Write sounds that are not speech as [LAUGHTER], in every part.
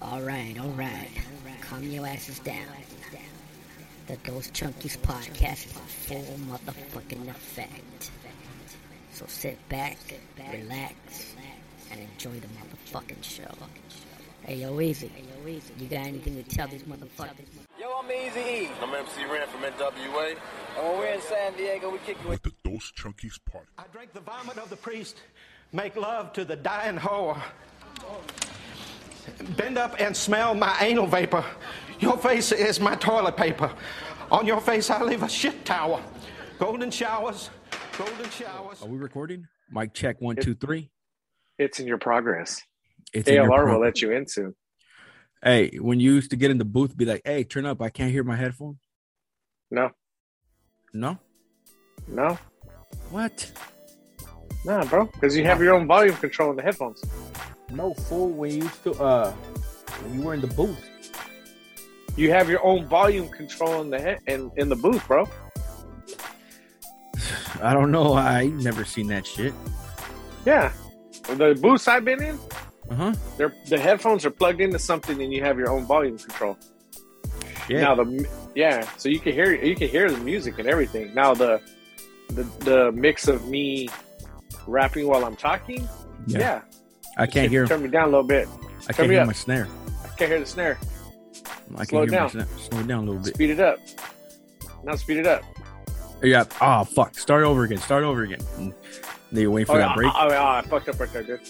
All right, all right. Calm your asses down. The Those Chunkies podcast is in full motherfucking effect. So sit back, relax, and enjoy the motherfucking show. Hey, yo, Easy. You got anything to tell these motherfuckers? Yo, I'm Easy E. I'm MC Ran from NWA. And when we're in San Diego, we kick it with at the Dos Chunkies party. I drink the vomit of the priest, make love to the dying whore. Bend up and smell my anal vapor. Your face is my toilet paper. On your face, I leave a shit towel. Golden showers, golden showers. Are we recording? Mic check one two three. It's in your progress. It's in your ALR pro- will let you into. Hey, when you used to get in the booth, be like, "Hey, turn up! I can't hear my headphone." No, No, no, what? no, bro. Because you have your own volume control in the headphones. No fool. When you used to, uh, when you were in the booth. You have your own volume control in the head in, in the booth, bro. I don't know. I ain't never seen that shit. Yeah. The booths I've been in, Uh huh. they're, the headphones are plugged into something, and you have your own volume control. Yeah. Now the m- yeah, so you can hear you can hear the music and everything. Now the the, the mix of me rapping while I'm talking, Yeah. yeah, I can't hear. turn me down a little bit. I turn can't me hear up. my snare. I can't hear the snare. I Slow can't hear my down. snare. Slow it down a little bit. Speed it up. Now speed it up. Yeah. Oh fuck! Start over again. Start over again. And They wait for oh, that I- break, I, I, I fucked up right there, dude.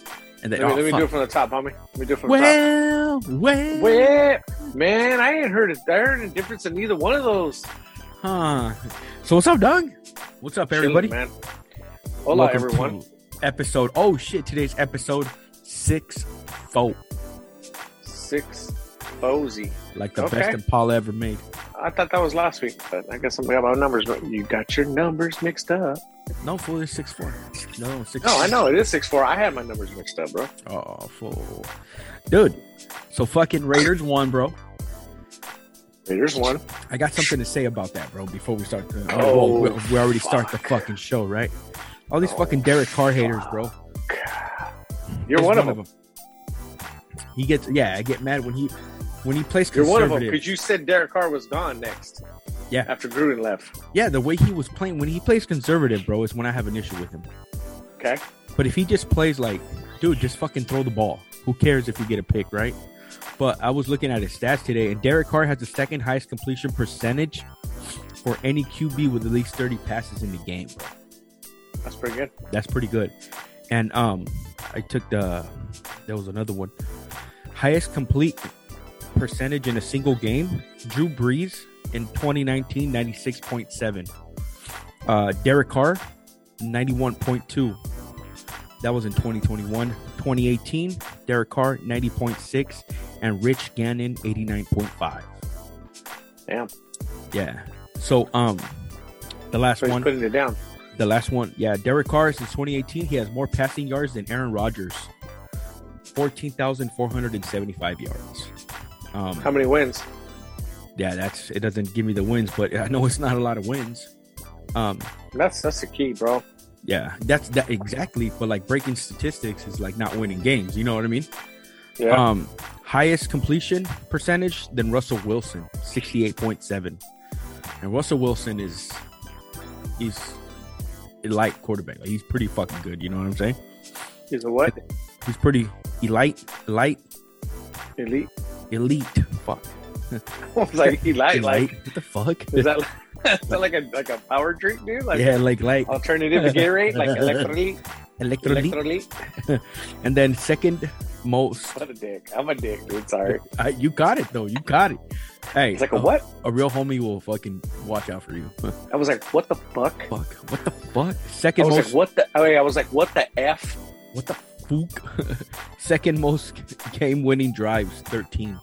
and then Let me, oh, let me fuck. do it from the top, homie. Let me do it from the top. well, well, Well, man, I ain't heard it. I heard a difference in either one of those. Huh. So what's up, Doug? What's up, everybody? Chilling, man. Hola, Welcome everyone. to episode. Oh shit! Today's episode six four, Six Bozy. like the Okay. best that Paul ever made. I thought that was last week, but I guess I got my numbers. wrong. You got your numbers mixed up. No, fool, it's six four. No, six. No, I know it is six four. I had my numbers mixed up, bro. Oh, fool, dude. So fucking Raiders won, bro. Raiders one. I got something to say about that, bro. Before we start, the, Oh, well, we, we already start the fuck. fucking show, right? All these Oh, fucking Derek Carr haters, bro. You're He's one, of them. them. He gets yeah. I get mad when he when he plays. You're one of them conservative. because you said Derek Carr was gone next. Yeah. After Gruden left. Yeah, the way he was playing when he plays conservative, bro, is when I have an issue with him. Okay. But if he just plays like, dude, just fucking throw the ball. Who cares if you get a pick, right? But I was looking at his stats today, and Derek Carr has the second highest completion percentage for any QB with at least 30 passes in the game, bro. That's pretty good. That's pretty good. And um, I took the there was another one. Highest complete percentage in a single game, Drew Brees in 2019, 96.7. Uh Derek Carr, 91.2. That was in 2021. 2018, Derek Carr, 90.6, and Rich Gannon, 89.5. Damn. Yeah. So um the last So he's one putting it down. the last one, yeah, Derek Carr since 2018, he has more passing yards than Aaron Rodgers, fourteen thousand four hundred and seventy-five yards. How Um, many wins? yeah, that's it. Doesn't give me the wins, but I know it's not a lot of wins. Um, That's that's the key, bro. yeah, that's that exactly. But like breaking statistics is like not winning games. You know what I mean? Yeah. Um, highest completion percentage than Russell Wilson, sixty-eight point seven, and Russell Wilson is he's a light quarterback. Like, he's pretty fucking good. You know what I'm saying? He's a what? He's pretty elite, light, Elite. [LAUGHS] elite. Fuck, I was [LAUGHS] like elite. Like What the fuck? is that [LAUGHS] is that like a like a power drink, dude? Like uh, yeah, like light, alternative to [LAUGHS] Gatorade, like electrolyte. electrolyte. Electrolyte. and then second most. What a dick. I'm a dick, dude. Sorry. I, you got it though. You got it. Hey, It's like a Oh. what? A real homie will fucking watch out for you. I was like, what the fuck? fuck. What the fuck? I Second was most. like, what the? I, mean, I was like, Oh, what the f? What the fuck? [LAUGHS] Second most game winning drives, 13.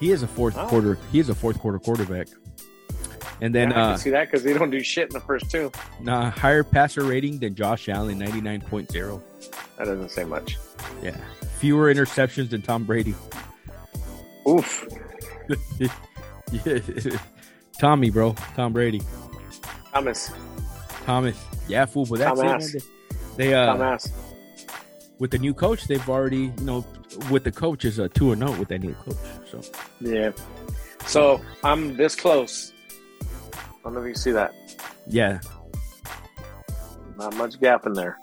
He is a fourth Oh. quarter. He is a fourth quarter quarterback. And then Yeah, I uh can see that because they don't do shit in the first two. nah, higher passer rating than Josh Allen, 99.0. That doesn't say much. Yeah. Fewer interceptions than Tom Brady. Oof. Yeah. Tommy, bro. Tom Brady. Thomas. Thomas. Yeah, fool, but that's it, Thomas. man. They uh Thomas. with the new coach, they've already, you know, with the coach is a two and zero with that new coach. So Yeah. So I'm this close. I don't know if you see that. yeah, Not much gap in there.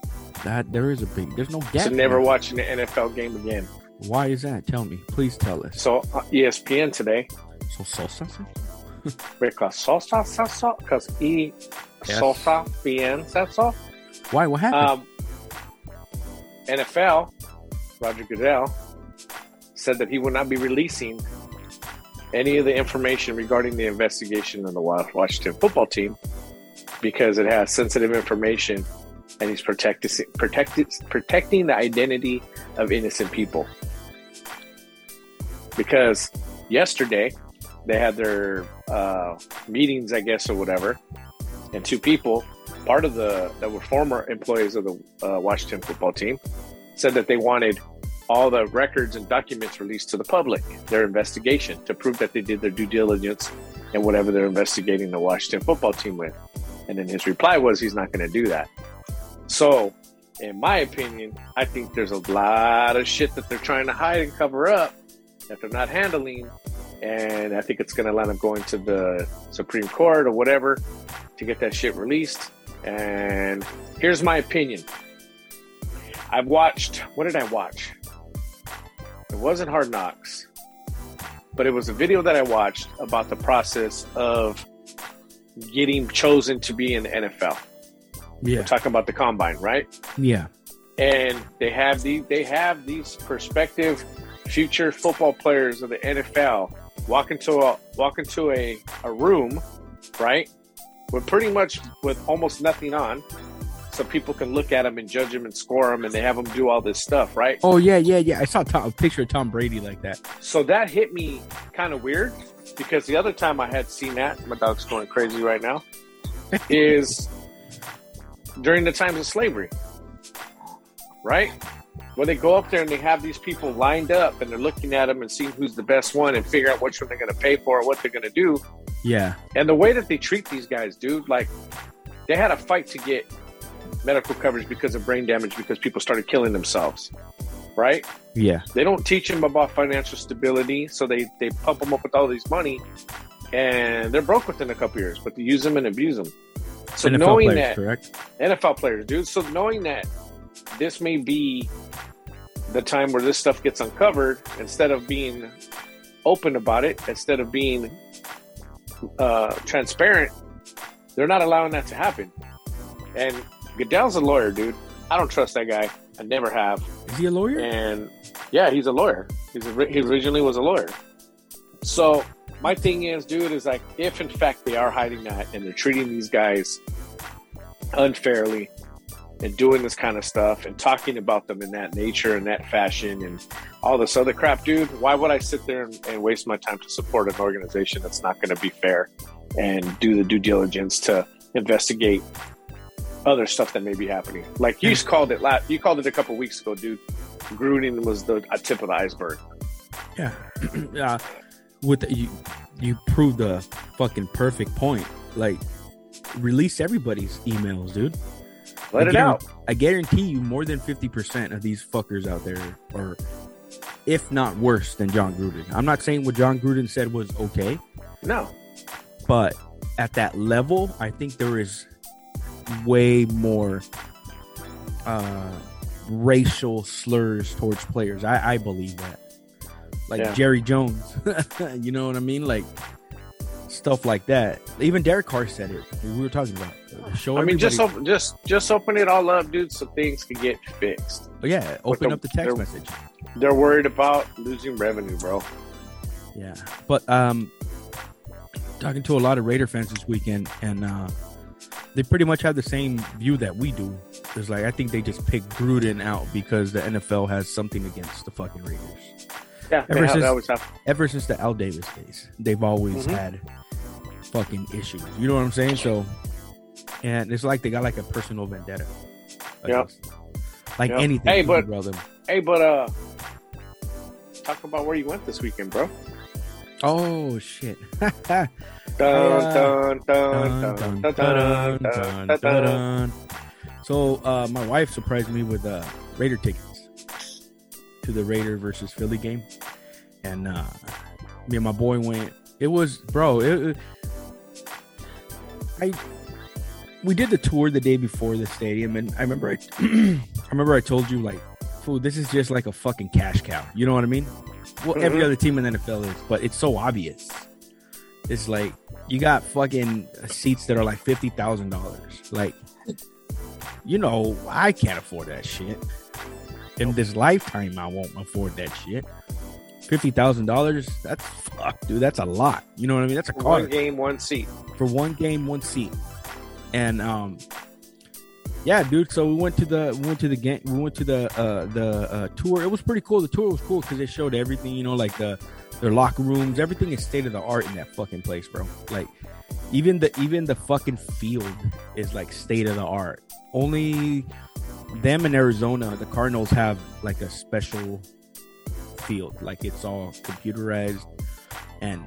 that there is a big. There's no Yeah. gap. So never there. watching an NFL game again. Why is that? Tell me, please tell us. So uh, ESPN today, So salsa. because salsa, salsa, because E Yes. salsa, bien, salsa. Why? What happened? Um, NFL, Roger Goodell said that he will not be releasing any of the information regarding the investigation of the Wa- Washington football team because it has sensitive information and he's protecting protected, protecting the identity of innocent people. Because yesterday they had their uh, meetings, I guess, or whatever, and two people part of the that were former employees of the uh, Washington football team said that they wanted all the records and documents released to the public, their investigation, to prove that they did their due diligence and whatever they're investigating the Washington football team with. And then his reply was he's not going to do that. So, in my opinion, I think there's a lot of shit that they're trying to hide and cover up that they're not handling. And I think it's going to land up going to the Supreme Court or whatever to get that shit released. And here's my opinion. I've watched, what did I watch? It wasn't Hard Knocks, but it was a video that I watched about the process of getting chosen to be in the NFL. yeah, We're talking about the combine, right? yeah, and they have the they have these prospective future football players of the NFL walk into a walk into a, a room, right? With pretty much with almost nothing on, so people can look at them and judge them and score them, and they have them do all this stuff, right? Oh yeah, yeah, yeah. I saw Tom, a picture of Tom Brady like that. So that hit me kind of weird because the other time I had seen that, my dog's going crazy right now, is during the times of slavery, right? When they go up there and they have these people lined up and they're looking at them and seeing who's the best one and figure out which one they're going to pay for, what they're going to do. Yeah, And the way that they treat these guys, dude, like they had a fight to get medical coverage because of brain damage because people started killing themselves, right? yeah, they don't teach them about financial stability so they they pump them up with all these money and they're broke within a couple years but they use them and abuse them so NFL knowing players, that correct? nfl players dude so knowing that this may be the time where this stuff gets uncovered instead of being open about it instead of being uh, transparent they're not allowing that to happen and goodell's a lawyer dude i don't trust that guy i never have Is he a lawyer? and yeah, he's a lawyer. He's a, he originally was a lawyer. So my thing is, dude, is like if in fact they are hiding that and they're treating these guys unfairly and doing this kind of stuff and talking about them in that nature and that fashion and all this other crap, dude, why would I sit there and, and waste my time to support an organization that's not going to be fair and do the due diligence to investigate other stuff that may be happening? Like you called it, la- you called it a couple weeks ago, dude. Gruden was the a tip of the iceberg. Yeah, [CLEARS THROAT] yeah. With the, you, you proved the fucking perfect point. Like, release everybody's emails, dude. Let I it out. guaran- I guarantee you, more than fifty percent of these fuckers out there are, if not worse than John Gruden. I'm not saying what John Gruden said was okay, No, but at that level, I think there is way more uh, racial slurs towards players. I, I believe that, like Yeah. Jerry Jones, [LAUGHS] you know what I mean, like stuff like that. Even Derek Carr said it. We were talking about. Show I mean just everybody- op- just just open it all up, dude, so things can get fixed. Oh, yeah, open the- up the text they're- message. They're worried about losing revenue, bro. Yeah, but um, talking to a lot of Raider fans this weekend, and uh, they pretty much have the same view that we do. It's like I think they just picked Gruden out because the NFL has something against the fucking Raiders. Yeah, Ever they have, since- that always happen. Ever since the Al Davis days, they've always Mhm. had fucking issues. You know what I'm saying? So, and it's like they got like a personal vendetta. Yep. against them. Like Yep. anything, Hey, can but- derail them. Hey, but uh, talk about where you went this weekend, bro. oh shit! [LAUGHS] uh, Dun, dun, dun, Dun, dun, dun, dun, dun, dun, dun, dun, dun. dun. So uh, my wife surprised me with uh, Raider tickets to to the Raider versus Philly game, and uh, me and my boy went. It was bro. It, I we did the tour the day before the stadium, and I remember I, [CLEARS THROAT] I remember I told you like, fool, this is just like a fucking cash cow. You know what I mean? Well, every other team in the NFL is, but it's so obvious. It's like you got fucking seats that are like fifty thousand dollars. Like, you know, I can't afford that shit. In this lifetime, I won't afford that shit. Fifty thousand dollars? That's fuck, dude. That's a lot. You know what I mean? That's a car One game, one seat. for one game, one seat. And um yeah, dude. So we went to the we went to the game. We went to the uh, the uh, tour. It was pretty cool. The tour was cool because they showed everything. You know, like the their locker rooms. Everything is state of the art in that fucking place, bro. Like even the even the fucking field is like state of the art. Only them in Arizona, the Cardinals have like a special field. Like it's all computerized, and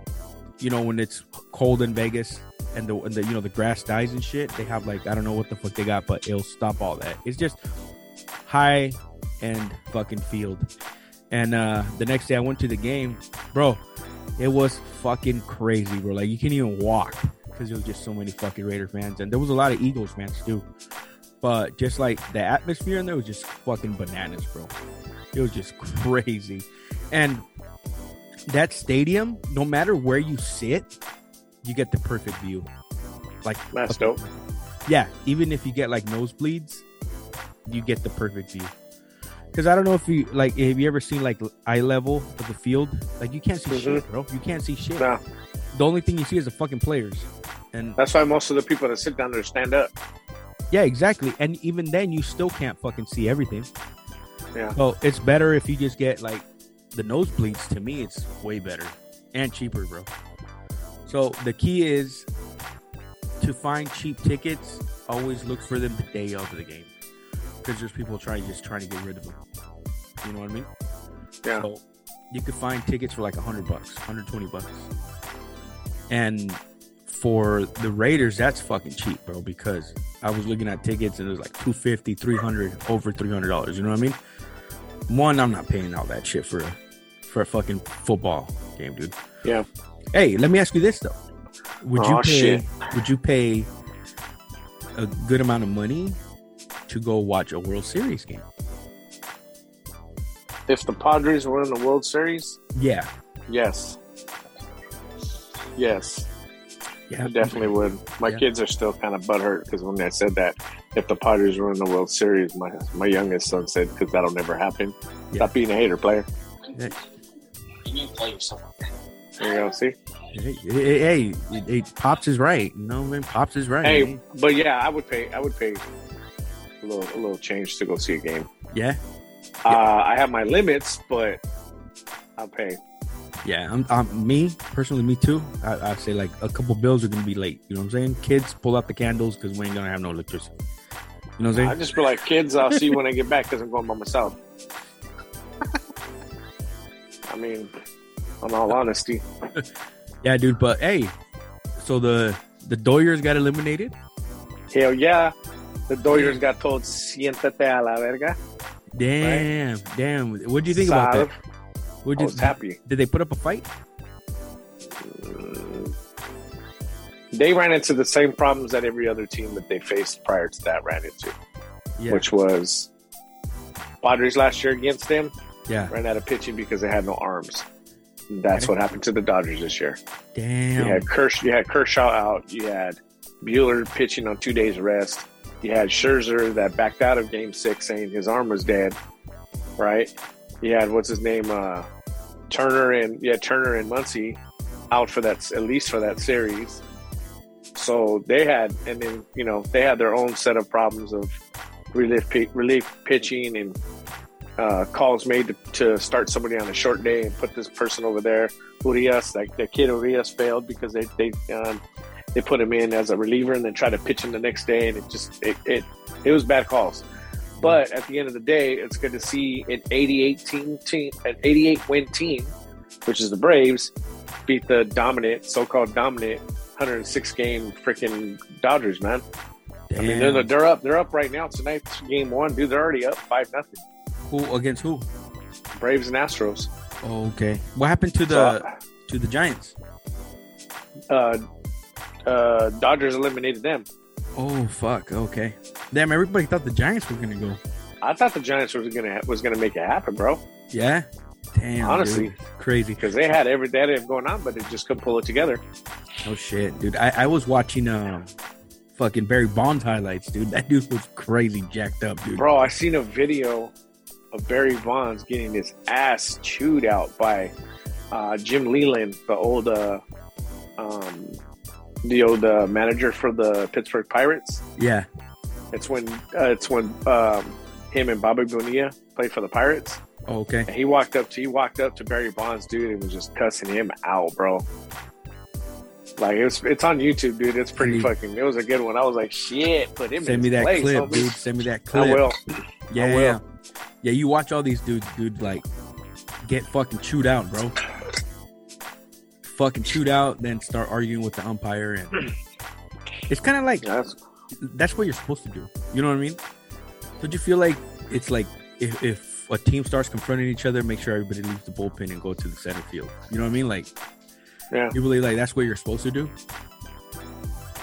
you know when it's cold in Vegas, and the, and the you know the grass dies and shit they have like i don't know what the fuck they got but it'll stop all that it's just high end fucking field and uh the next day i went to the game bro it was fucking crazy bro like you can't even walk because there was just so many fucking raider fans and there was a lot of eagles fans too but just like the atmosphere in there was just fucking bananas bro it was just [LAUGHS] crazy and that stadium no matter where you sit you get the perfect view. Like That's dope. yeah, even if you get like nosebleeds, you get the perfect view. Because I don't know if you like, have you ever seen like eye level of the field? Like you can't see shit, bro. You can't see shit. Nah, The only thing you see is the fucking players. And that's why most of the people that sit down there stand up. yeah, exactly. And even then, you still can't fucking see everything. Yeah. So Oh, it's better if you just get like the nosebleeds. To me, it's way better and cheaper, bro. So the key is to find cheap tickets. Always look for them the day of the game because there's people trying just trying to get rid of them. You know what I mean? Yeah. So you could find tickets for like 100 bucks, 120 bucks. And for the Raiders, that's fucking cheap, bro, because I was looking at tickets and it was like 250, 300, over $300. You know what I mean? One, I'm not paying all that shit for a, for a fucking football game, dude. Yeah. Hey, let me ask you this though. Would you pay Aw, Oh, shit. would you pay a good amount of money to go watch a World Series game? If the Padres were in the World Series, Yeah. yes. Yes. Yeah. I definitely would. My Yeah. kids are still kind of butthurt because when I said that, if the Padres were in the World Series, my my youngest son said, "Because that'll never happen." Yeah. Stop being a hater, player. Yeah. You need to play yourself. There you go. See. Hey, hey, hey, hey, Pops is right. You know, man, Pops is right. Hey, man. but yeah, I would pay. I would pay a little a little change to go see a game. Yeah. Uh, I have my limits, but I'll pay. Yeah. I'm, I'm me personally, me too. I, I say like a couple bills are gonna be late. You know what I'm saying? Kids, pull out the candles because we ain't gonna have no electricity. You know what I'm I saying? just be like, kids, I'll see you when I get back because I'm going [LAUGHS] by myself. I mean, in all honesty, yeah, dude. But hey, so the the Doyers got eliminated. hell yeah. The Doyers got told, siéntate a la verga. Damn, damn. What do you think about Solid. that? What'd I you- was happy. Did they put up a fight? They ran into the same problems that every other team that they faced prior to that ran into, Yeah, which was Padres last year against them yeah. ran out of pitching because they had no arms. That's what happened to the Dodgers this year. You Damn. had Kersh, you had Kershaw out. You had Bueller pitching on two days rest. You had Scherzer that backed out of Game Six, saying his arm was dead. Right. You had what's his name, uh, Turner and yeah Turner and Muncy out for that at least for that series. So they had, and then you know they had their own set of problems of relief pi- relief pitching and uh, calls made to, to start somebody on a short day and put this person over there. Urias, like the kid Urias failed because they they um, they put him in as a reliever and then tried to pitch him the next day, and it just it it, it was bad calls. But at the end of the day, it's good to see an 88 team, team an 88 win team, which is the Braves, beat the dominant, so-called dominant, 106 game freaking Dodgers, man. I mean, they're, Damn. they're up, they're up right now. Tonight's game one, dude. They're already up five nothing. who against who? Braves and Astros. Okay. What happened to the to the Giants? Uh, uh, Dodgers eliminated them. Oh fuck. Okay. Damn. Everybody thought the Giants were gonna go. I thought the Giants was gonna was gonna make it happen, bro, Yeah. Damn. Honestly. dude. crazy. because they had every they had everything going on, but they just couldn't pull it together. Oh shit, dude. I, I was watching um fucking Barry Bonds highlights, dude. That dude was crazy jacked up, dude. Bro, I seen a video of Barry Bonds getting his ass chewed out by uh, Jim Leland, the old uh, um, the old uh, manager for the Pittsburgh Pirates. Yeah. It's when uh, it's when um, him and Bobby Bonilla played for the Pirates. Oh, okay. And he walked up to he walked up to Barry Bonds, dude, and was just cussing him out, bro. Like it was, it's on YouTube, dude. It's pretty Send me- fucking. It was a good one. I was like, shit, put him. Send in me his that place, clip, homie. dude. Send me that clip. I will. Yeah, will. yeah. Yeah, you watch all these dudes, dude, like get fucking chewed out, bro. fucking chewed out, then start arguing with the umpire [CLEARS THROAT] and it's kinda like Yeah, that's- that's what you're supposed to do. You know what I mean? Don't you feel like it's like if, if a team starts confronting each other, make sure everybody leaves the bullpen and go to the center field. You know what I mean? Like yeah. you believe like that's what you're supposed to do.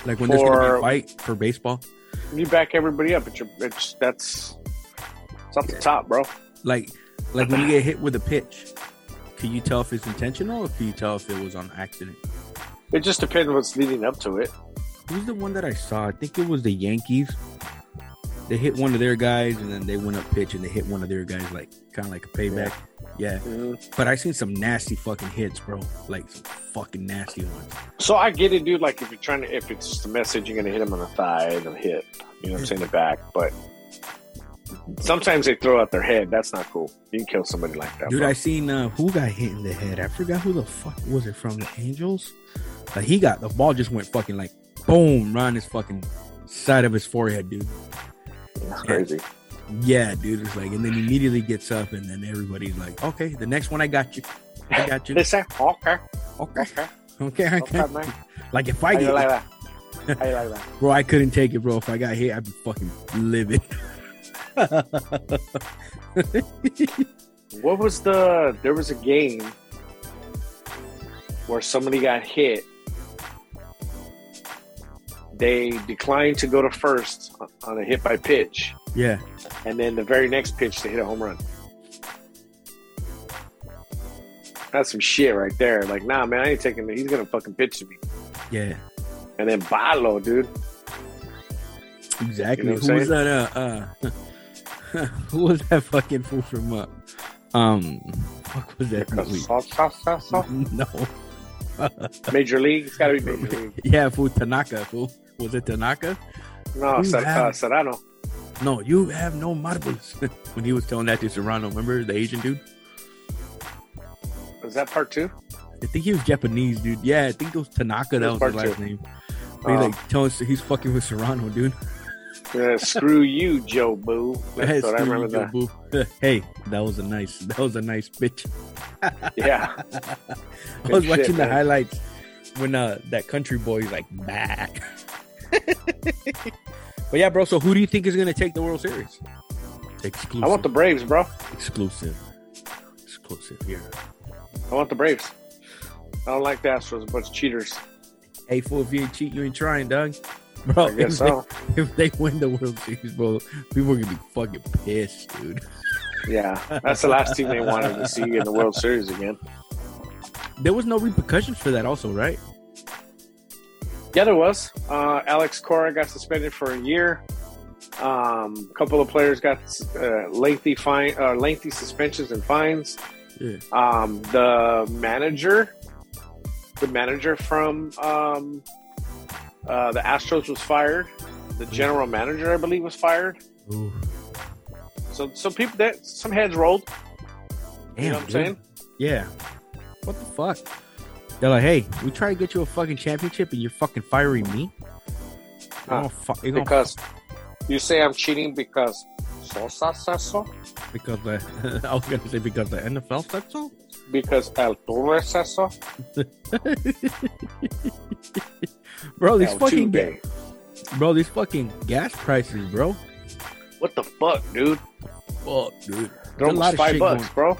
Like when there's gonna be For- a fight for baseball, you back everybody up. It's, your, it's that's it's off the top, bro. like like when you get hit with a pitch, can you tell if it's intentional or can you tell if it was on accident? It just depends what's leading up to it. Who's the one that I saw? I think it was the Yankees. They hit one of their guys and then they went up pitch and they hit one of their guys like kind of like a payback. yeah. But I seen some nasty fucking hits, bro. Like some fucking nasty ones. So I get it, dude. Like if you're trying to, if it's just a message, you're gonna hit him on the thigh and hit. You know Mm-hmm. what I'm saying? The back, but sometimes they throw out their head. That's not cool. You can kill somebody like that, Dude, bro. I seen uh, who got hit in the head. I forgot who the fuck was it from the Angels. Like he got the ball just went fucking like boom around his fucking side of his forehead, dude. That's crazy. Yeah, dude. It's like and then immediately gets up and then everybody's like, okay, the next one I got you. I got [LAUGHS] you. They say, okay, Okay, okay, okay, okay, okay. man. Like if How I you like get, that? How you like that? bro, I couldn't take it, bro. If I got hit, I'd be fucking livid. [LAUGHS] What was the? There was a game where somebody got hit. They declined to go to first on a hit by pitch, yeah, and then the very next pitch they hit a home run. That's some shit right there. Like, nah, man, I ain't taking it. He's gonna fucking pitch to me. yeah, And then Balo, dude. exactly. You know what who I'm was that? Uh, uh [LAUGHS] who was that fucking fool from? Uh, um, fuck was that movie? Sa- sa- sa- sa. [LAUGHS] No, Major League. It's gotta be Major [LAUGHS] League. yeah, fool Tanaka. Fool was it Tanaka? No, Who Ser- uh, had- Serrano. No, you have no marbles. [LAUGHS] when he was telling that to Serrano, remember the Asian dude? Is that part two? I think he was Japanese, dude. Yeah, I think it was Tanaka. That Who's was his part last two? name. But he Oh. like telling us he's fucking with Serrano, dude. Yeah, Uh, screw you, Joe Boo. That's Hey, what I screw remember. you, That. boo. [LAUGHS] hey, that was a nice, that was a nice [LAUGHS] bitch. Yeah. I was Good shit, watching the man. highlights when uh that country boy's like [LAUGHS] back. but yeah, bro. So who do you think is gonna take the World Series? Exclusive. I want the Braves, bro. exclusive. Exclusive here. I want the Braves. I don't like the Astros. A bunch of cheaters. Hey, fool, if you ain't cheat, you ain't trying, Doug. Bro, [LAUGHS] I guess if, Oh, so. they, if they win the World Series, bro, people are gonna be fucking pissed, dude. Yeah, that's the last team they wanted to see in the World Series again. There was no repercussions for that, also, right? Yeah, there was. Uh, Alex Cora got suspended for a year. Um, a couple of players got uh, lengthy fine, uh, lengthy suspensions and fines. Yeah. Um, the manager, the manager from um, uh, the Astros was fired. The Mm-hmm. general manager, I believe, was fired. Ooh. So, so people that some heads rolled. You know what I'm dude. saying? Yeah. What the fuck? They're like, hey, we try to get you a fucking championship and you're fucking firing me? You're Huh. gonna fu- you're gonna because you say I'm cheating because so so so so f- because the [LAUGHS] I was gonna say because the NFL said so. because El Torre says so. Bro, these El fucking ga- Tuve. bro, these fucking gas prices, bro. What the fuck, dude? Fuck, dude. There's They're almost five shit bucks, bro.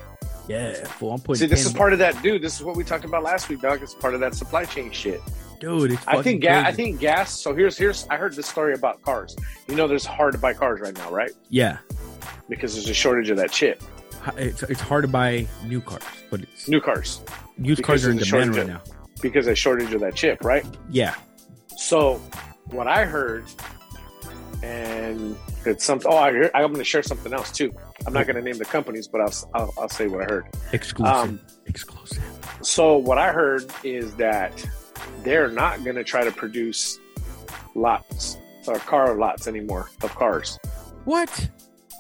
Yeah, fool. I'm putting. See, this 10 is part of that, dude. This is what we talked about last week, dog. It's part of that supply chain shit. dude. It's I fucking think gas. I crazy. think gas. So here's here's. I heard this story about cars. You know, there's hard to buy cars right now, right? yeah, Because there's a shortage of that shit. Hi- it's it's hard to buy new cars, but it's New cars used cars because are in of the demand right shortage now. because a shortage of that chip, right? Yeah, So what I heard, and it's something. Oh, I heard, I'm going to share something else too. I'm not going to name the companies, but I'll, s- I'll I'll say what I heard. exclusive, Um, exclusive. So what I heard is that they're not going to try to produce lots or car lots anymore of cars. What?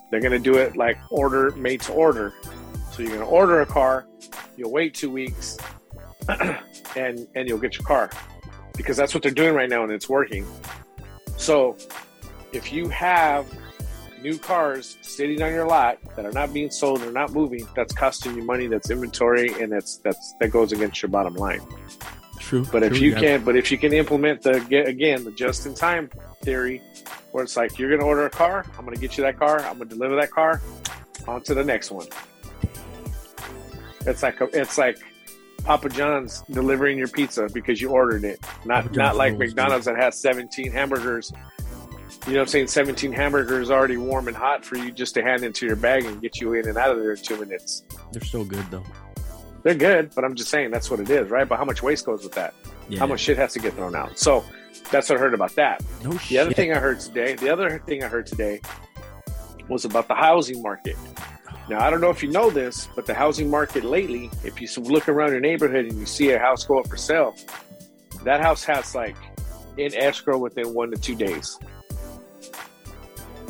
They're going to do it like order made to order. So you're going to order a car, you'll wait two weeks, [CLEARS THROAT] and and you'll get your car because that's what they're doing right now and it's working. So if you have new cars sitting on your lot that are not being sold, they're not moving, that's costing you money, that's inventory, and that's that's that goes against your bottom line. True. But if true, you yeah. can, but if you can implement the ge- again the just in time theory, where it's like you're going to order a car, I'm going to get you that car, I'm going to deliver that car, on to the next one. It's like a, it's like Papa John's delivering your pizza because you ordered it, Papa not John's not like rules, dude. McDonald's that has 17 hamburgers. You know what I'm saying? 17 hamburgers already warm and hot for you just to hand into your bag and get you in and out of there in two minutes. they're so good though. They're good, but I'm just saying that's what it is, right? But how much waste goes with that? Yeah. how much shit has to get thrown out. So that's what I heard about that. No The other thing I heard today, the other thing I heard today was about the housing market. Now I don't know if you know this, but the housing market lately, if you s- look around your neighborhood and you see a house go up for sale, that house has like in escrow within one to two days.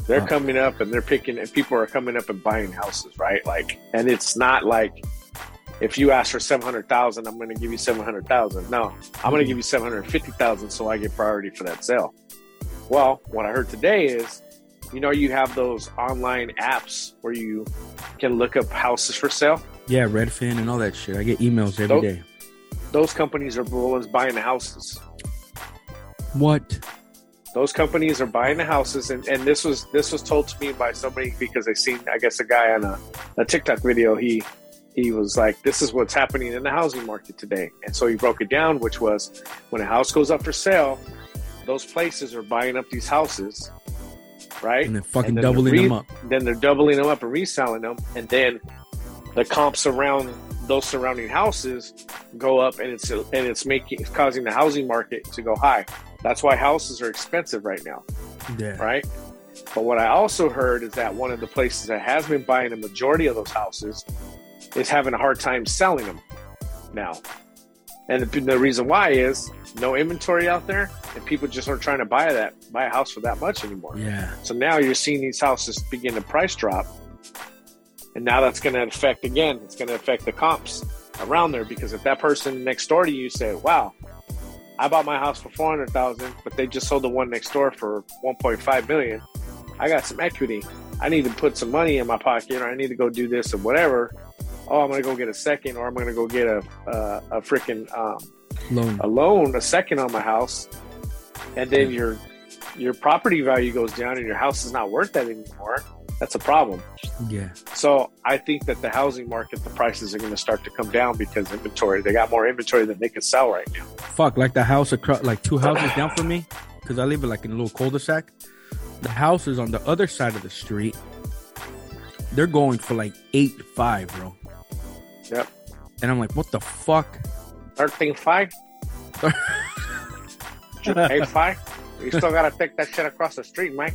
They're Wow. coming up and they're picking, and people are coming up and buying houses, right? Like, and it's not like if you ask for seven hundred thousand, I'm going to give you seven hundred thousand. No, I'm going to give you seven hundred fifty thousand, so I get priority for that sale. Well, what I heard today is, you know, you have those online apps where you can look up houses for sale. Yeah, Redfin and all that shit. I get emails every Nope. day. Those companies are the ones buying the houses. What? Those companies are buying the houses, and, and this was this was told to me by somebody because I seen I guess a guy on a, a TikTok video. He he was like, "This is what's happening in the housing market today," and so he broke it down, which was when a house goes up for sale, those places are buying up these houses, right? And then fucking And then the doubling re- them up. then they're doubling them up and reselling them and then the comps around those surrounding houses go up and it's and it's making it's causing the housing market to go high that's why houses are expensive right now Yeah. right but what i also heard is that one of the places that has been buying the majority of those houses is having a hard time selling them now and the, the reason why is no inventory out there and people just aren't trying to buy that buy a house for that much anymore Yeah. so now you're seeing these houses begin to price drop. And now that's going to affect again, it's going to affect the comps around there because if that person next door to you said, "Wow, I bought my house for 400,000, but they just sold the one next door for 1.5 million. I got some equity. I need to put some money in my pocket or I need to go do this or whatever." Oh, I'm gonna go get a second, or I'm gonna go get a uh, a freaking um, Loan. a loan, a second on my house, and then your your property value goes down and your house is not worth that anymore, that's a problem. Yeah. So I think that the housing market, the prices are going to start to come down because inventory. They got more inventory than they can sell right now. Fuck. Like the house across, like two houses down from me, because I live in like in a little cul-de-sac. The house is on the other side of the street. They're going for like eight five, bro. Yep. And I'm like, what the fuck? Thirteen five, eight five. You still got to take that shit across the street, Mike.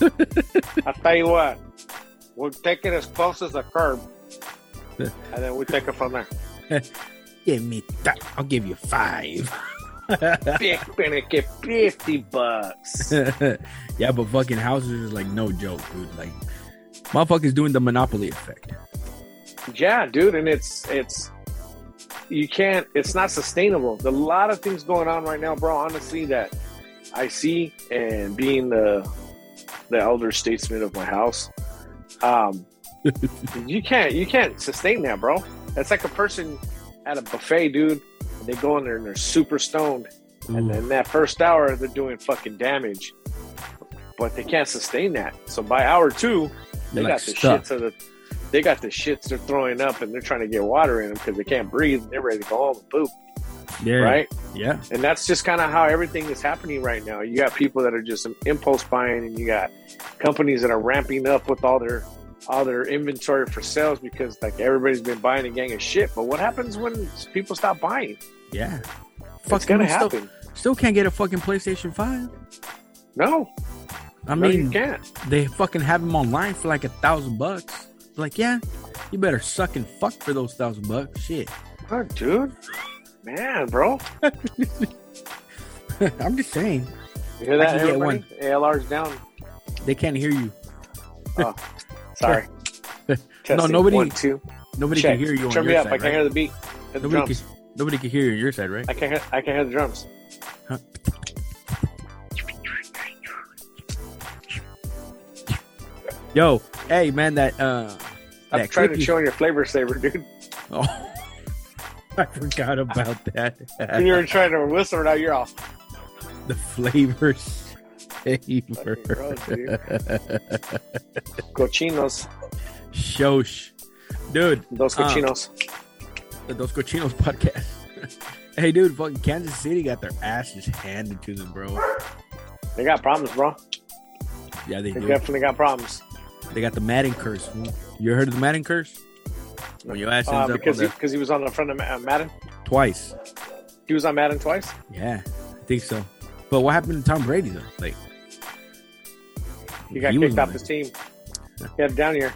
I tell you what, we'll take it as close as the curb, and then we take it from there. give me that. I'll give you five. [LAUGHS] Big get fifty bucks. yeah, but fucking houses is like no joke, dude. Like, motherfuckers doing the monopoly effect. Yeah, dude, and it's it's you can't. It's not sustainable. There's a lot of things going on right now, bro. Honestly, that I see, and being the the elder statesman of my house, [LAUGHS] um, you can't you can't sustain that, bro. That's like a person at a buffet, dude. and They go in there and they're super stoned, Ooh. and then that first hour they're doing fucking damage, but they can't sustain that. So by hour two, they You're, got like, the stuck. shit to the They got the shits they're throwing up and they're trying to get water in them because they can't breathe. They're ready to go home and poop, Yeah. right? Yeah. And that's just kind of how everything is happening right now. You got people that are just impulse buying, and you got companies that are ramping up with all their all their inventory for sales because like everybody's been buying a gang of shit. But what happens when people stop buying? Yeah. It's gonna we still- happen. Still can't get a fucking PlayStation 5. No, I no, you mean, can't. they fucking have them online for like a thousand bucks. Like, yeah, you better suck and fuck for those thousand bucks. Shit. [LAUGHS] Oh, dude, man, bro, I'm just saying. you hear I that? can get Everybody, ALR's down. They can't hear you. Oh, sorry. [LAUGHS] No, nobody- One, two. Nobody check. can hear you on Turn your me up. side. I can right? hear the beat. Hear the nobody, drums. can, nobody can hear you on your side, right? I can hear. I can hear the drums. Huh. Yo, hey man, that uh, I'm that trying clip to you- show your flavor saver, dude. Oh, [LAUGHS] I forgot about that. [LAUGHS] When you were trying to whistle it out, you're off. the flavors. Flavor. Fucking gross, [LAUGHS] dude. cochinos, Shosh. Dude, those Um, cochinos. the Dos Cochinos podcast. [LAUGHS] hey, dude, fucking Kansas City got their asses handed to them, bro. they got problems, bro. Yeah, they They do. definitely got problems. They got the Madden curse. You heard of the Madden curse? When your ass ends Uh, up on because he, the, because he was on the front of Ma- uh, Madden. twice. He was on Madden twice. Yeah, I think so. But what happened to Tom Brady though? Like He got was kicked off on his it. team. He had down here.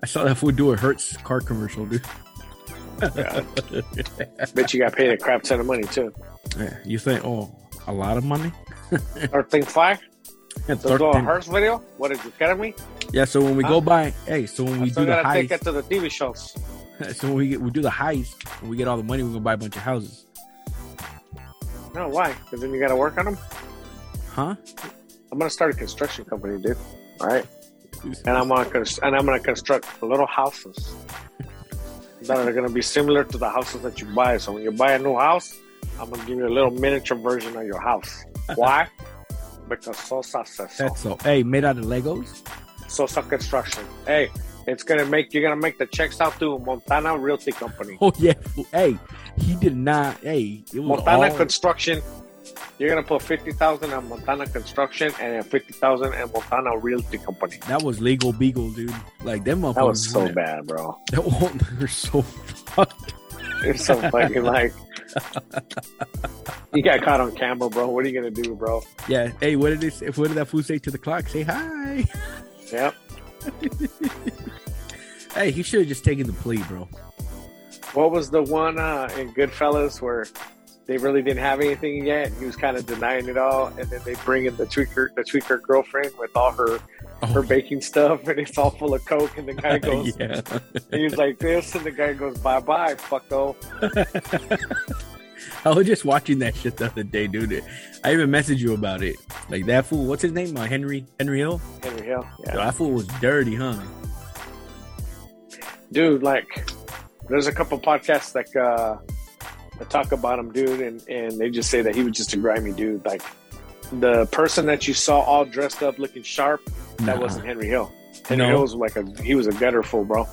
I saw that fool do a Hertz car commercial, dude. Bet you got paid a crap ton of [LAUGHS] money too. Yeah, you think, oh, a lot of money? Or think fly. Yeah, Those little 13. hearse video. What is it? Kidding me? Yeah, so when we Huh? go by, hey, so when I we still do the gotta take heist, that to the TV shows. [LAUGHS] so when we get, we do the heist and we get all the money, we're gonna buy a bunch of houses, No, why? Because then you gotta work on them. huh? I'm gonna start a construction company, dude. All right. and I'm gonna const- and I'm gonna construct little houses that are gonna be similar to the houses that you buy. So when you buy a new house, I'm gonna give you a little miniature version of your house. Why? because Sosa says so. That's so. Hey, made out of Legos. [LAUGHS] Sosa Construction. Hey, it's gonna make you're gonna make the checks out to Montana Realty Company. Oh yeah. fool. Hey, he did not. Hey, it was Montana all. Construction. You're gonna put fifty thousand on Montana Construction and then fifty thousand at Montana Realty Company. that was legal beagle, dude. Like them motherfuckers. That was so weren't- bad, bro. [LAUGHS] That one, they're so fucked. It's so fucking like you got caught on camera, bro. What are you gonna do, bro? Yeah. Hey, what did they say? What did that fool say to the clock? Say hi. [LAUGHS] Yep. Hey, he should have just taken the plea, bro. [LAUGHS] What was the one uh, in Goodfellas where they really didn't have anything yet? He was kind of denying it all, and then they bring in the tweaker, the tweaker girlfriend with all her her Oh, baking stuff, and it's all full of coke. And the [LAUGHS] guy goes, yeah. and he's like this, and the guy goes, bye bye, fucko. I was just watching that shit the other day, dude. I even messaged you about it. Like that fool. What's his name? Uh, Henry Henry Hill. Henry Hill, Yo, yeah, that fool was dirty, huh? dude. Like, there's a couple podcasts that uh, that talk about him, dude, and and they just say that he was just a grimy dude, like. the person that you saw all dressed up looking sharp, that Nah. wasn't Henry Hill. Henry No. Hill was like a he was a gutter fool, bro.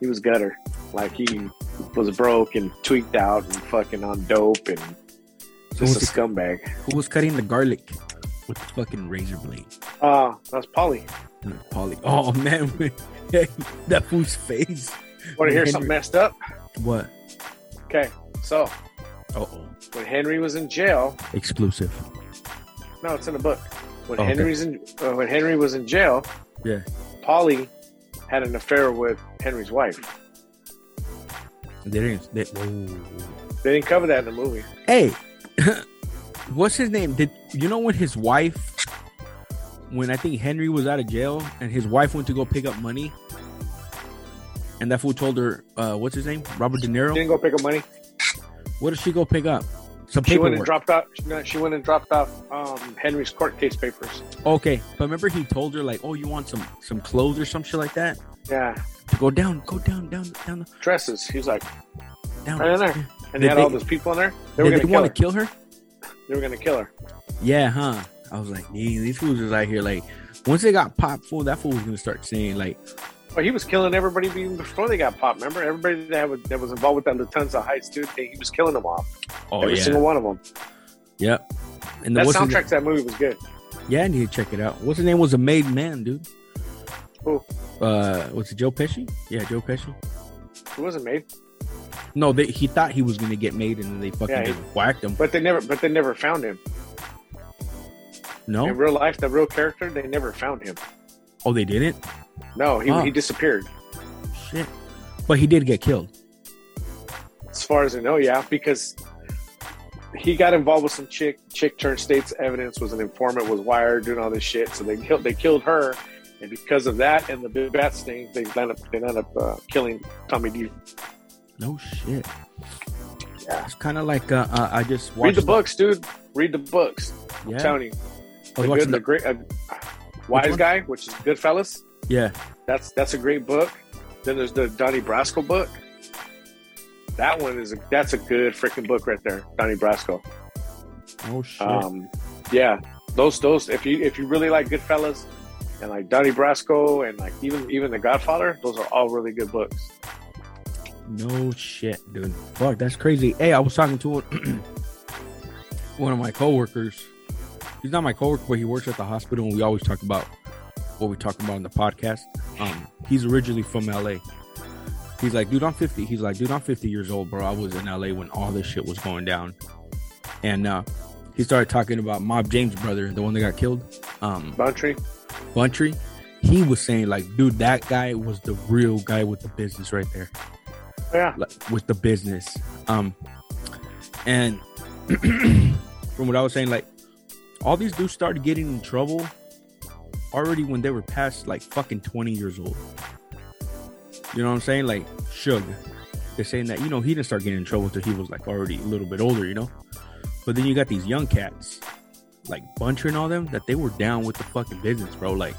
He was gutter. Like he was broke and tweaked out and fucking on dope and just a who's the- scumbag. Who was cutting the garlic with the fucking razor blade? Uh that's Polly. Not Polly. Oh [LAUGHS] man, that fool's face. Wanna hear Henry- something messed up? What? Okay. So Uh oh. when Henry was in jail, Exclusive. no, it's in the book. When Oh, okay. Henry's in uh, when Henry was in jail, Yeah. Polly had an affair with Henry's wife. They didn't. They, whoa. They didn't cover that in the movie. Hey, [LAUGHS] what's his name? Did you know when his wife, when I think Henry was out of jail and his wife went to go pick up money, and that fool told her, uh, what's his name? Robert De Niro. Didn't go pick up money. What did she go pick up? Some She went and paperwork. dropped off. No, she went and dropped off um, Henry's court case papers. okay, but remember he told her like, oh, you want some some clothes or some shit like that Yeah, to go down, go down, down, down, dresses. He was like, down. right in there, and Did they had Oh. they- all those people in there. They were Did gonna they kill want to her. kill her? They were gonna kill her. Yeah, huh? I was like, "Dang, these fools is out here. Like, once they got popped, fool, that fool was gonna start saying like, Well, he was killing everybody even before they got popped. Remember, everybody that was, that was involved with them, the tons of heights, dude. They, he was killing them off. Oh Every single one of them. Yep. And the That what's his soundtrack to that movie was good. name- Yeah, I need to check it out. What's his name? Was a made man, dude. Who? Uh, was it Joe Pesci? Yeah, Joe Pesci. It wasn't made, No, they, he thought he was gonna get made, and then they fucking Yeah, he- just whacked him. but they never, but they never found him in No, real life. The real character, they never found him. oh, they didn't. No, he, Oh. he disappeared. Shit. But he did get killed. As far as I know, yeah, because he got involved with some chick. Chick turned state's evidence, was an informant, was wired, doing all this shit. So they killed they killed her, and because of that and the big bat sting, they end up they end up uh, killing Tommy D. No shit. Yeah. It's kind of like uh, uh, I just watched Read the books, dude. Read the books. I'm Yeah. telling I you, the was good, watching the the, great, uh, wise one? guy, which is Goodfellas. yeah. That's that's a great book. Then there's the Donnie Brasco book. That one is a, that's a good freaking book right there, Donnie Brasco. Oh shit. Um, yeah, those those if you if you really like Goodfellas and like Donnie Brasco and like even even The Godfather, those are all really good books. No shit, dude. Fuck, that's crazy. Hey, I was talking to [CLEARS THROAT] one- one of my coworkers. He's not my coworker, but he works at the hospital, and we always talk about what we talk about on the podcast. Um, he's originally from LA. He's like, dude, I'm 50. He's like, dude, I'm 50 years old, bro. I was in LA when all this shit was going down, and uh, he started talking about Mob James' brother, the one that got killed. Um, Bounty, Buntry, he was saying like, dude, that guy was the real guy with the business right there, yeah, like, with the business. Um, and [CLEARS THROAT] from what I was saying, like, all these dudes started getting in trouble already when they were past like fucking twenty years old. You know what I'm saying? Like, Suge, they're saying that you know he didn't start getting in trouble until he was like already a little bit older, you know. But then you got these young cats, like Buncher and all them, that they were down with the fucking business, bro. Like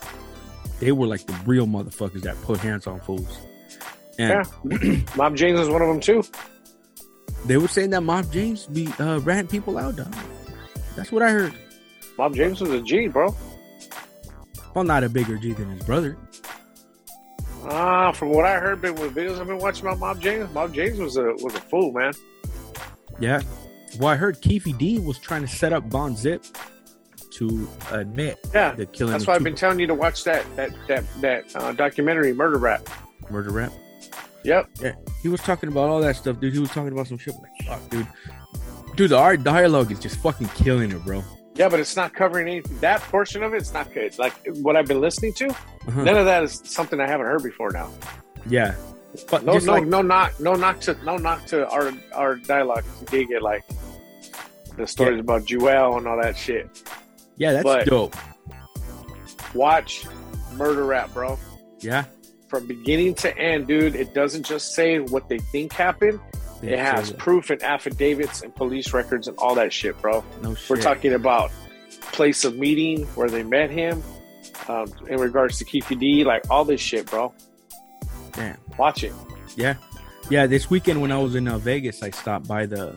they were like the real motherfuckers that put hands on fools. And Mom James is one of them too. they were saying that Mob James be uh, ratting people out, dog. That's what I heard. Mom James was a G, bro. Well, not a bigger G than his brother. Ah, from what I heard, been with videos I've been watching about Mom James, Mom James was a was a fool, man. Yeah. Well, I heard Keefy D was trying to set up Bon Zip to admit Yeah, the killing. That's of why I've two- been telling you to watch that that that that uh, documentary, Murder Rap. murder rap. Yep, Yeah, he was talking about all that stuff, dude. He was talking about some shit like, fuck, dude. Dude, the art dialogue is just fucking killing it, bro. yeah, but it's not covering anything. That portion of it's not good. Like what I've been listening to, Uh-huh. none of that is something I haven't heard before now. Yeah, but No, just no, like, no knock, no knock to, no knock to our our dialogue. You did get like the stories Yeah. about Jewel and all that shit. yeah, that's but- dope. Watch Murder Rap, bro, Yeah, from beginning to end, dude. It doesn't just say what they think happened. Yeah, it has so- proof and affidavits and police records and all that shit, bro. no shit. We're talking about place of meeting where they met him, um, in regards to Keefy D, like all this shit, bro. Damn. Watch it. Yeah, yeah. This weekend when I was in uh, Vegas, I stopped by the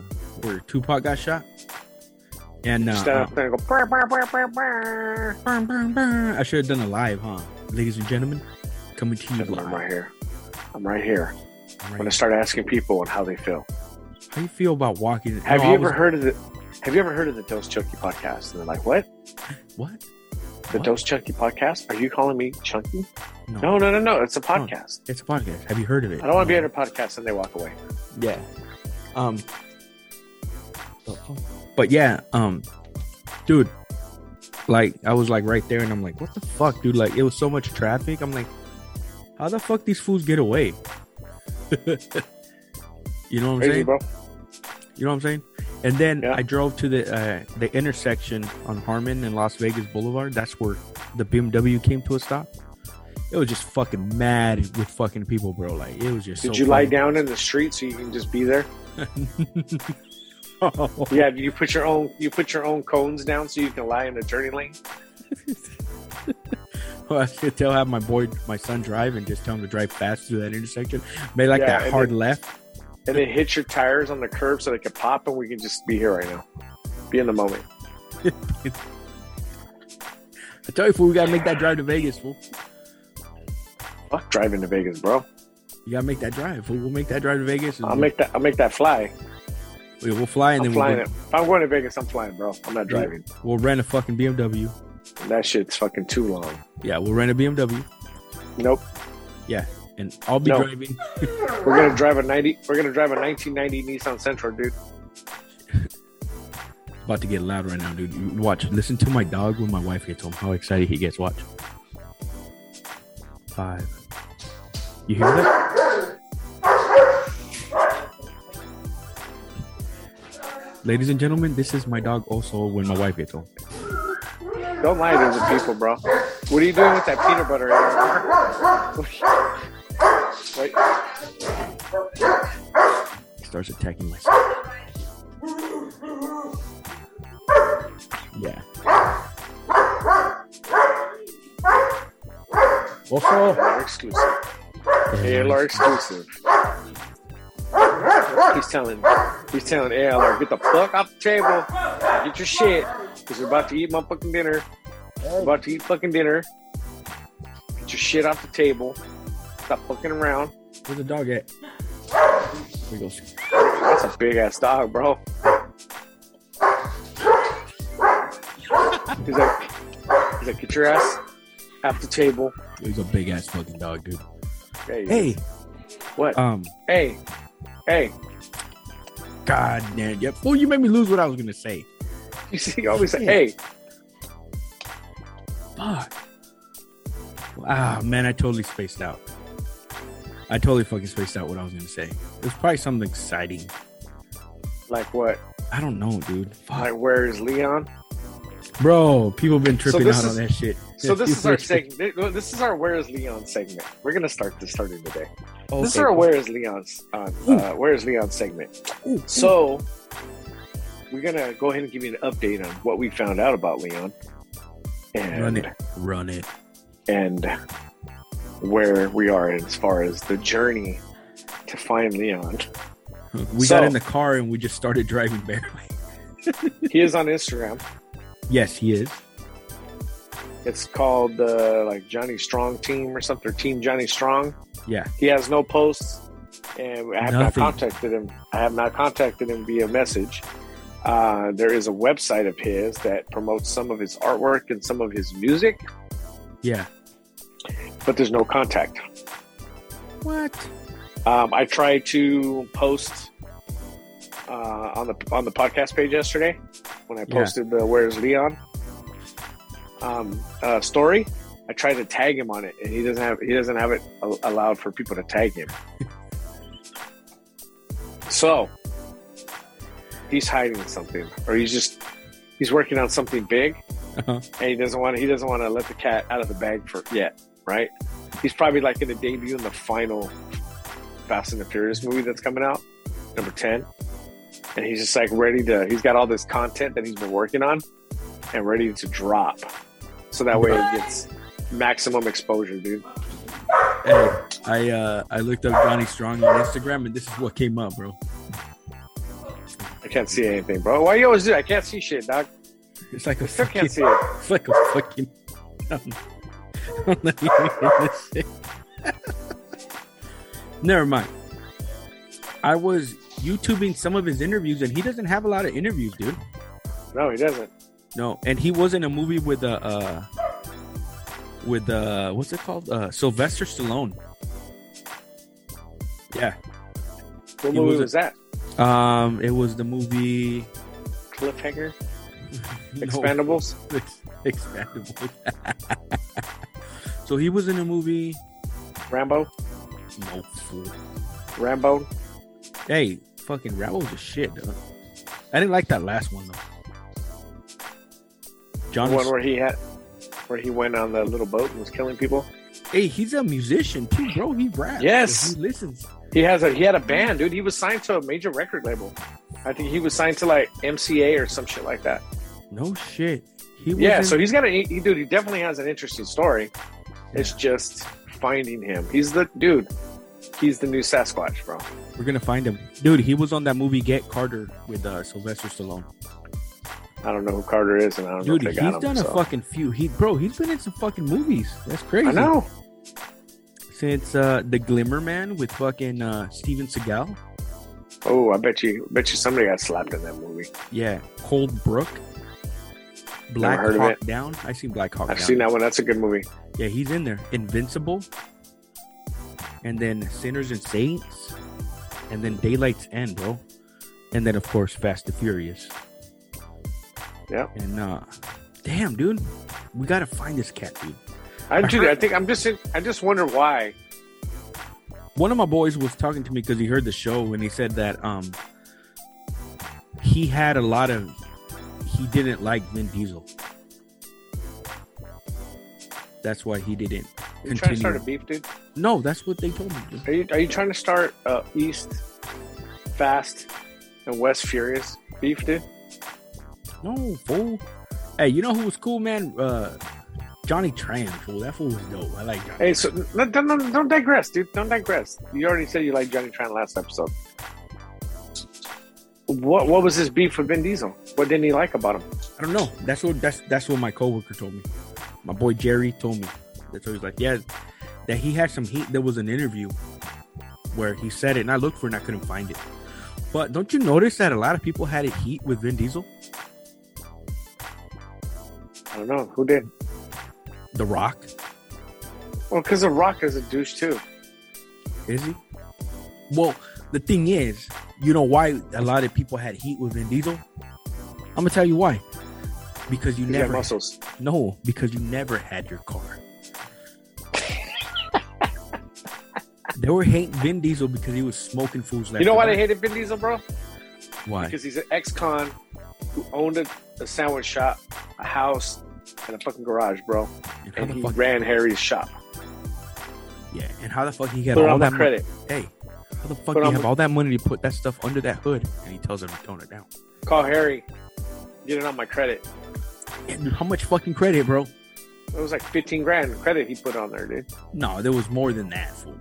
where Tupac got shot, and uh, Stand up there and go. "Brr, brr, brr, brr, brr." burn, burn, burn. I should have done a live, huh? Ladies and gentlemen, coming to you live. I'm right here. I'm right here. I'm I'm right gonna here. start asking people on how they feel. How you feel about walking? Have No, you I ever was- heard of the Have you ever heard of the Dose Chunky podcast? And they're like, "What? what? The What? Dose Chunky podcast? Are you calling me chunky? No. No, no, no, no. It's a podcast. it's a podcast. Have you heard of it? I don't want to be No. on a podcast." And they walk away. Yeah. Um. But yeah, um, dude, like I was like right there, and I'm like, what the fuck, dude? Like it was so much traffic. I'm like, how the fuck these fools get away? [LAUGHS] you know what I'm Crazy, saying? bro. You know what I'm saying? And then Yeah. I drove to the uh, the intersection on Harmon and Las Vegas Boulevard. That's where the BMW came to a stop. It was just fucking mad with fucking people, bro. Like it was just. Did so you lie fucking- down in the street so you can just [LAUGHS] be there? Yeah. You put your own You put your own cones down so you can lie in the journey lane. [LAUGHS] Well, I should tell have my boy, my son drive and just tell him to drive fast through that intersection. Make like Yeah, that and hard then- left. and then hit your tires on the curb so they could pop and we can just be here right now. Be in the moment. I tell you, fool, we gotta make that drive to Vegas, fool. Fuck driving to Vegas, bro. You gotta make that drive. We'll make that drive to Vegas. and I'll make that. I'll make that fly. we- We'll fly Mm-hmm. and I'm then we'll, flying go- Mm-hmm. it. If I'm going to Vegas, I'm flying, bro. I'm not driving. we'll rent a fucking BMW. That shit's fucking too long. Yeah, we'll rent a BMW. Nope. Yeah, and I'll be No. driving. We're gonna drive a ninety. We're gonna drive a 1990 Nissan Sentra, dude. About to get loud right now, dude. You- Watch, listen to my dog when my wife gets home. How excited he gets. Watch. Five. You hear that? Ladies and gentlemen, this is my dog also when my wife gets home. Don't lie to the people, bro. What are you doing with that peanut butter? in there? Wait, He starts attacking myself. Yeah. Also, Lord exclusive. ALR exclusive. He's telling, he's telling ALR, get the fuck off the table, get your shit, because we're about to eat my fucking dinner. We're about to eat fucking dinner. Get your shit off the table. Stop fucking around. where's the dog at? There he goes. That's a big ass dog, bro. He's like, he's like, get your ass off the table. He's a big ass fucking dog, dude. Hey, Hey, what? um, hey, hey. [LAUGHS] God damn, yep. Well, you made me lose what I was gonna say. You see, you always say, Yeah. hey, Fuck. Ah, man, I totally spaced out. I totally fucking spaced out what I was gonna say. It was probably something exciting. like what? I don't know, dude. Fuck, Like, where is [LAUGHS] Leon? bro. People been tripping this out is- on that shit. So this is our second. segment. This is our "Where Is Leon" segment. We're gonna start this starting today. This is Okay. our "Where Is Leon's" uh, uh, "Where Is Leon" segment. Ooh, So we're gonna go ahead and give you an update on what we found out about Leon run it, and run it. and where we are as far as the journey to find Leon. We So- got in the car and we just started driving barely. [LAUGHS] He is on Instagram. Yes, he is. It's called uh, like Johnny Strong Team or something. Or Team Johnny Strong. Yeah, He has no posts, and I have Nothing. not contacted him. I have not contacted him via message. Uh, there is a website of his that promotes some of his artwork and some of his music, yeah. but there's no contact. What? Um, I tried to post uh, on the on the podcast page yesterday when I Yeah. posted the "Where's Leon" um, uh, story. I tried to tag him on it, and he doesn't have he doesn't have it al- allowed for people to tag him. so he's hiding something, or he's just he's working on something big, Uh-huh. and he doesn't want to he doesn't want to let the cat out of the bag for yet, right? He's probably like going to debut in the final Fast and the Furious movie that's coming out, number 10. And he's just like ready to, he's got all this content that he's been working on and ready to drop. So that way it gets maximum exposure, dude. Hey, I uh, I looked up Johnny Strong on Instagram and this is what came up, bro. I can't see anything, bro. Why you always do? that? I can't see shit, dog. It's like a Still fucking, can't see it. [LAUGHS] it's like a fucking. [LAUGHS] I'm not even gonna say. Never mind. I was YouTubing some of his interviews and he doesn't have a lot of interviews, dude. No, he doesn't. No, and he was in a movie with uh, uh with uh what's it called? Uh Sylvester Stallone. Yeah. What He movie was a- was that? Um it was the movie Cliffhanger? No, Expendables? [LAUGHS] Ex- Expendables. [LAUGHS] so he was in a movie Rambo? No fool. Rambo? Hey, fucking Rambo's a shit, dude. I didn't like that last one though. The John one where he had, where he went on the little boat and was killing people. Hey, he's a musician too, bro. He raps. Yes. He listens. He has a, he had a band, dude. He was signed to a major record label. I think he was signed to like MCA or some shit like that. No shit. He was Yeah, in- so he's got a he, dude. He definitely has an interesting story. It's just finding him. He's the dude. He's the new Sasquatch, bro. We're gonna find him, dude. He was on that movie Get Carter with uh, Sylvester Stallone. I don't know who Carter is, and I don't Dude, know he's if they got done him. a so. fucking few. He, bro, he's been in some fucking movies. That's crazy. I know. since uh, the Glimmer Man with fucking uh, Steven Seagal. Oh, I bet you, bet you somebody got slapped in that movie. Yeah, Cold Brook. Black heard of Hawk it. Down. I seen Black Hawk I've Down. seen that one. That's a good movie. Yeah, he's in there. Invincible. And then Sinners and Saints. And then Daylight's End, bro. And then of course Fast and Furious. Yeah. And uh damn dude. We gotta find this cat, dude. I I do. heard- I think I'm just. In, I just wonder why. One of my boys was talking to me because he heard the show and he said that um he had a lot of he didn't like Vin Diesel. That's why he didn't You trying to start a continue. beef, dude? No, that's what they told me. dude. Are you Are you trying to start uh, East Fast and West Furious beef, dude? No, fool. Hey, you know who was cool, man? Uh, Johnny Tran, fool. That fool was dope. I like Johnny. Hey, so no, don't, don't, don't digress, dude. Don't digress. You already said you liked Johnny Tran last episode. What What was his beef with Vin Diesel? What didn't he like about him? I don't know. That's what that's that's what my coworker told me. My boy Jerry told me. That's what he's like. Yeah, that he had some heat. There was an interview where he said it, and I looked for it, and I couldn't find it. But don't you notice that a lot of people had it heat with Vin Diesel, I don't know who did. The Rock? Well, because The Rock is a douche too. Is he? Well, the thing is, you know why a lot of people had heat with Vin Diesel? I'm gonna tell you why. Because you He's got never muscles. No, because you never had your [LAUGHS] car. they were hating Vin Diesel because he was smoking fools left. You know why and they right. hated Vin Diesel, bro? Why? Because he's an ex-con who owned a, a sandwich shop, a house, and a fucking garage, bro. And how And the he fuck? ran Harry's shop. Yeah, and how the fuck he got Put it all on my that mon- credit. Hey, how the fuck Put you on have my- all that money to put that stuff under that hood? And he tells him to tone it down. Call Harry. Get it on my credit. Yeah, dude, how much fucking credit, bro? It was like 15 grand credit he put on there, dude. No, there was more than that. Fool.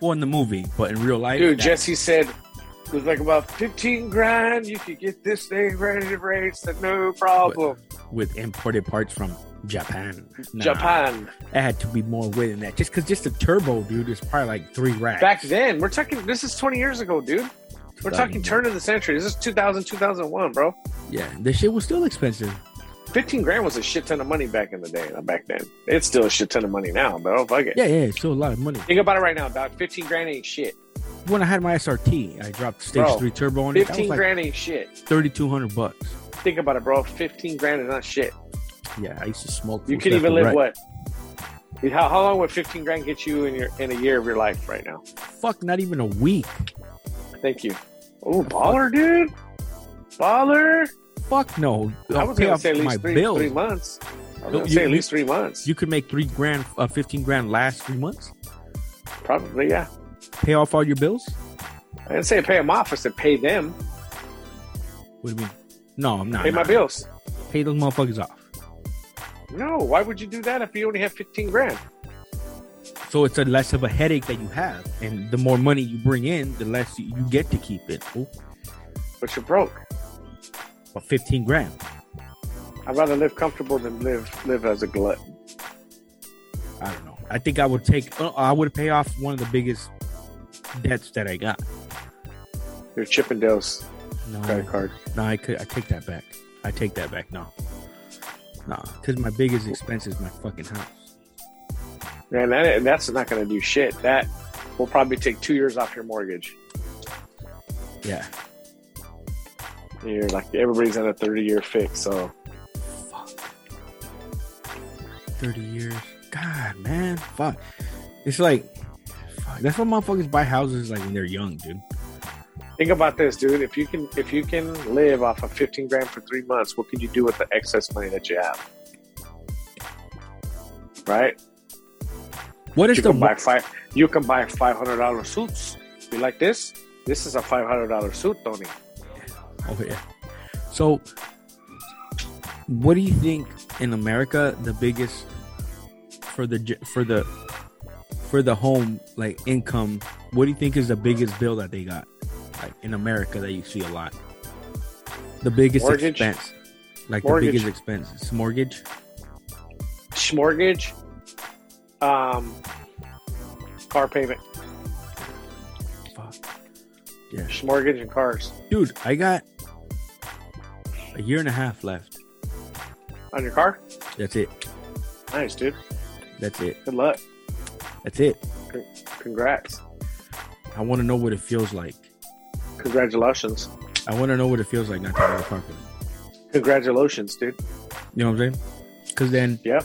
Well, in the movie, but in real life, Dude, that- Jesse said it was like about 15 grand. You could get this thing ready to race, said, no problem. with imported parts from Japan. Nah, Japan. It had to be more weight than that. Just because just the turbo, dude, is probably like three racks. Back then, we're talking, this is 20 years ago, dude. We're 2001. talking turn of the century. This is 2000, 2001, bro. Yeah, this shit was still expensive. 15 grand was a shit ton of money back in the day, uh, back then. It's still a shit ton of money now, bro. Fuck it. Yeah, yeah, it's still a lot of money. Think about it right now, dog. 15 grand ain't shit. When I had my SRT, I dropped stage Bro, three turbo on it. That 15 was like grand ain't shit. thirty two hundred bucks. Think about it, bro. 15 grand is not shit. Yeah, I used to smoke. You fools can left even and live right. what? How, how long would 15 grand get you in your in a year of your life right now? Fuck, not even a week. Thank you. Oh, baller, dude. Baller. Fuck no. I I'll was pay going to off say at my least three, bills. three months. I was No, going to you- say at you- least three months. You could make three grand, uh, fifteen grand last three months. Probably, yeah. Pay off all your bills. I didn't say pay them off. I said pay them. What do you mean? No, I'm not. Pay my nah. bills. Pay those motherfuckers off. No, why would you do that if you only have 15 grand? So it's a less of a headache that you have, and the more money you bring in, the less you you get to keep it. fool. But you're broke. But fifteen grand. I'd rather live comfortable than live live as a glut. I don't know. I think I would take. Uh, I would pay off one of the biggest debts that I got. Your Chippendales No, credit card. no, I could. I take that back. I take that back. No, no, because my biggest expense is my fucking house. Man, that, and that's not going to do shit. That will probably take two years off your mortgage. Yeah. You're like everybody's on a 30 year fix, so Fuck. Thirty years. God, man, fuck. It's like, fuck. That's why motherfuckers buy houses like when they're young, dude. think about this, dude. If you can if you can live off of 15 grand for three months, what can you do with the excess money that you have? Right? What is You the can buy one, five. You can buy $500 suits. You like this? This is a $500 suit, Tony. Oh yeah. So, what do you think in America the biggest for the ge- for the for the home like income? What do you think is the biggest bill that they got like in America that you see a lot? The biggest Mortgage. expense, like Mortgage. the biggest expense, it's mortgage. Mortgage. Um, car payment, Fuck. Yeah. mortgage, and cars Dude, I got a year and a half left. on your car. That's it. Nice, dude. That's it. Good luck. That's it. Congrats. I want to know what it feels like. Congratulations. I want to know what it feels like not to have a car payment. Congratulations, dude. You know what I'm saying? Because then Yep.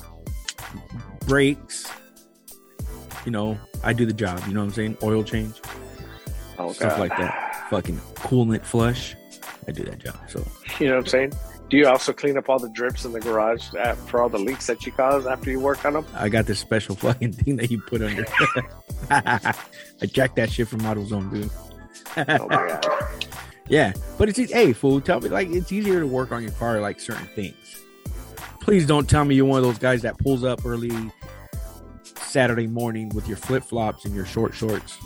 brakes, you know, I do the job. You know what I'm saying? Oil change, Oh, stuff God. like that. Fucking coolant flush, I do that job. So [LAUGHS] You know what I'm saying? Do you also clean up all the drips in the garage uh, for all the leaks that you cause after you work [LAUGHS] on them? I got this special fucking thing that you put under. [LAUGHS] I jacked that shit from AutoZone, dude. Oh my god! Yeah, but it's eas- hey fool. Tell me like it's easier to work on your car like certain things. Please don't tell me you're one of those guys that pulls up early Saturday morning with your flip flops and your short shorts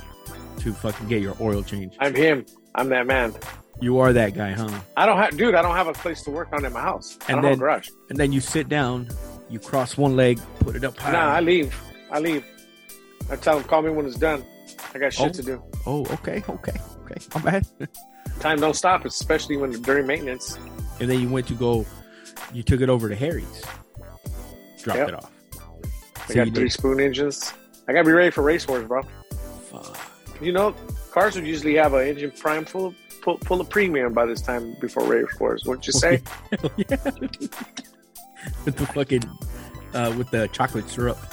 to fucking get your oil change. I'm him. I'm that man. You are that guy, huh? I don't have, dude. I don't have a place to work on in my house. I And don't have a then- garage. And then you sit down, you cross one leg, put it up high. Nah, I leave. I leave. I tell him call me when it's done. I got shit Oh. to do. oh, okay, okay, okay. I'm bad. [LAUGHS] Time don't stop, especially when during maintenance. and then you went to go, you took it over to Harry's, dropped Yep. it off. I So you got three did- spoon engines. I gotta be ready for race wars, bro. Fuck. You know, cars would usually have an engine prime full, full full of premium by this time before race wars. [LAUGHS] Wouldn't you say? Hell Oh, yeah. [LAUGHS] with the fucking uh, with the chocolate syrup. [LAUGHS]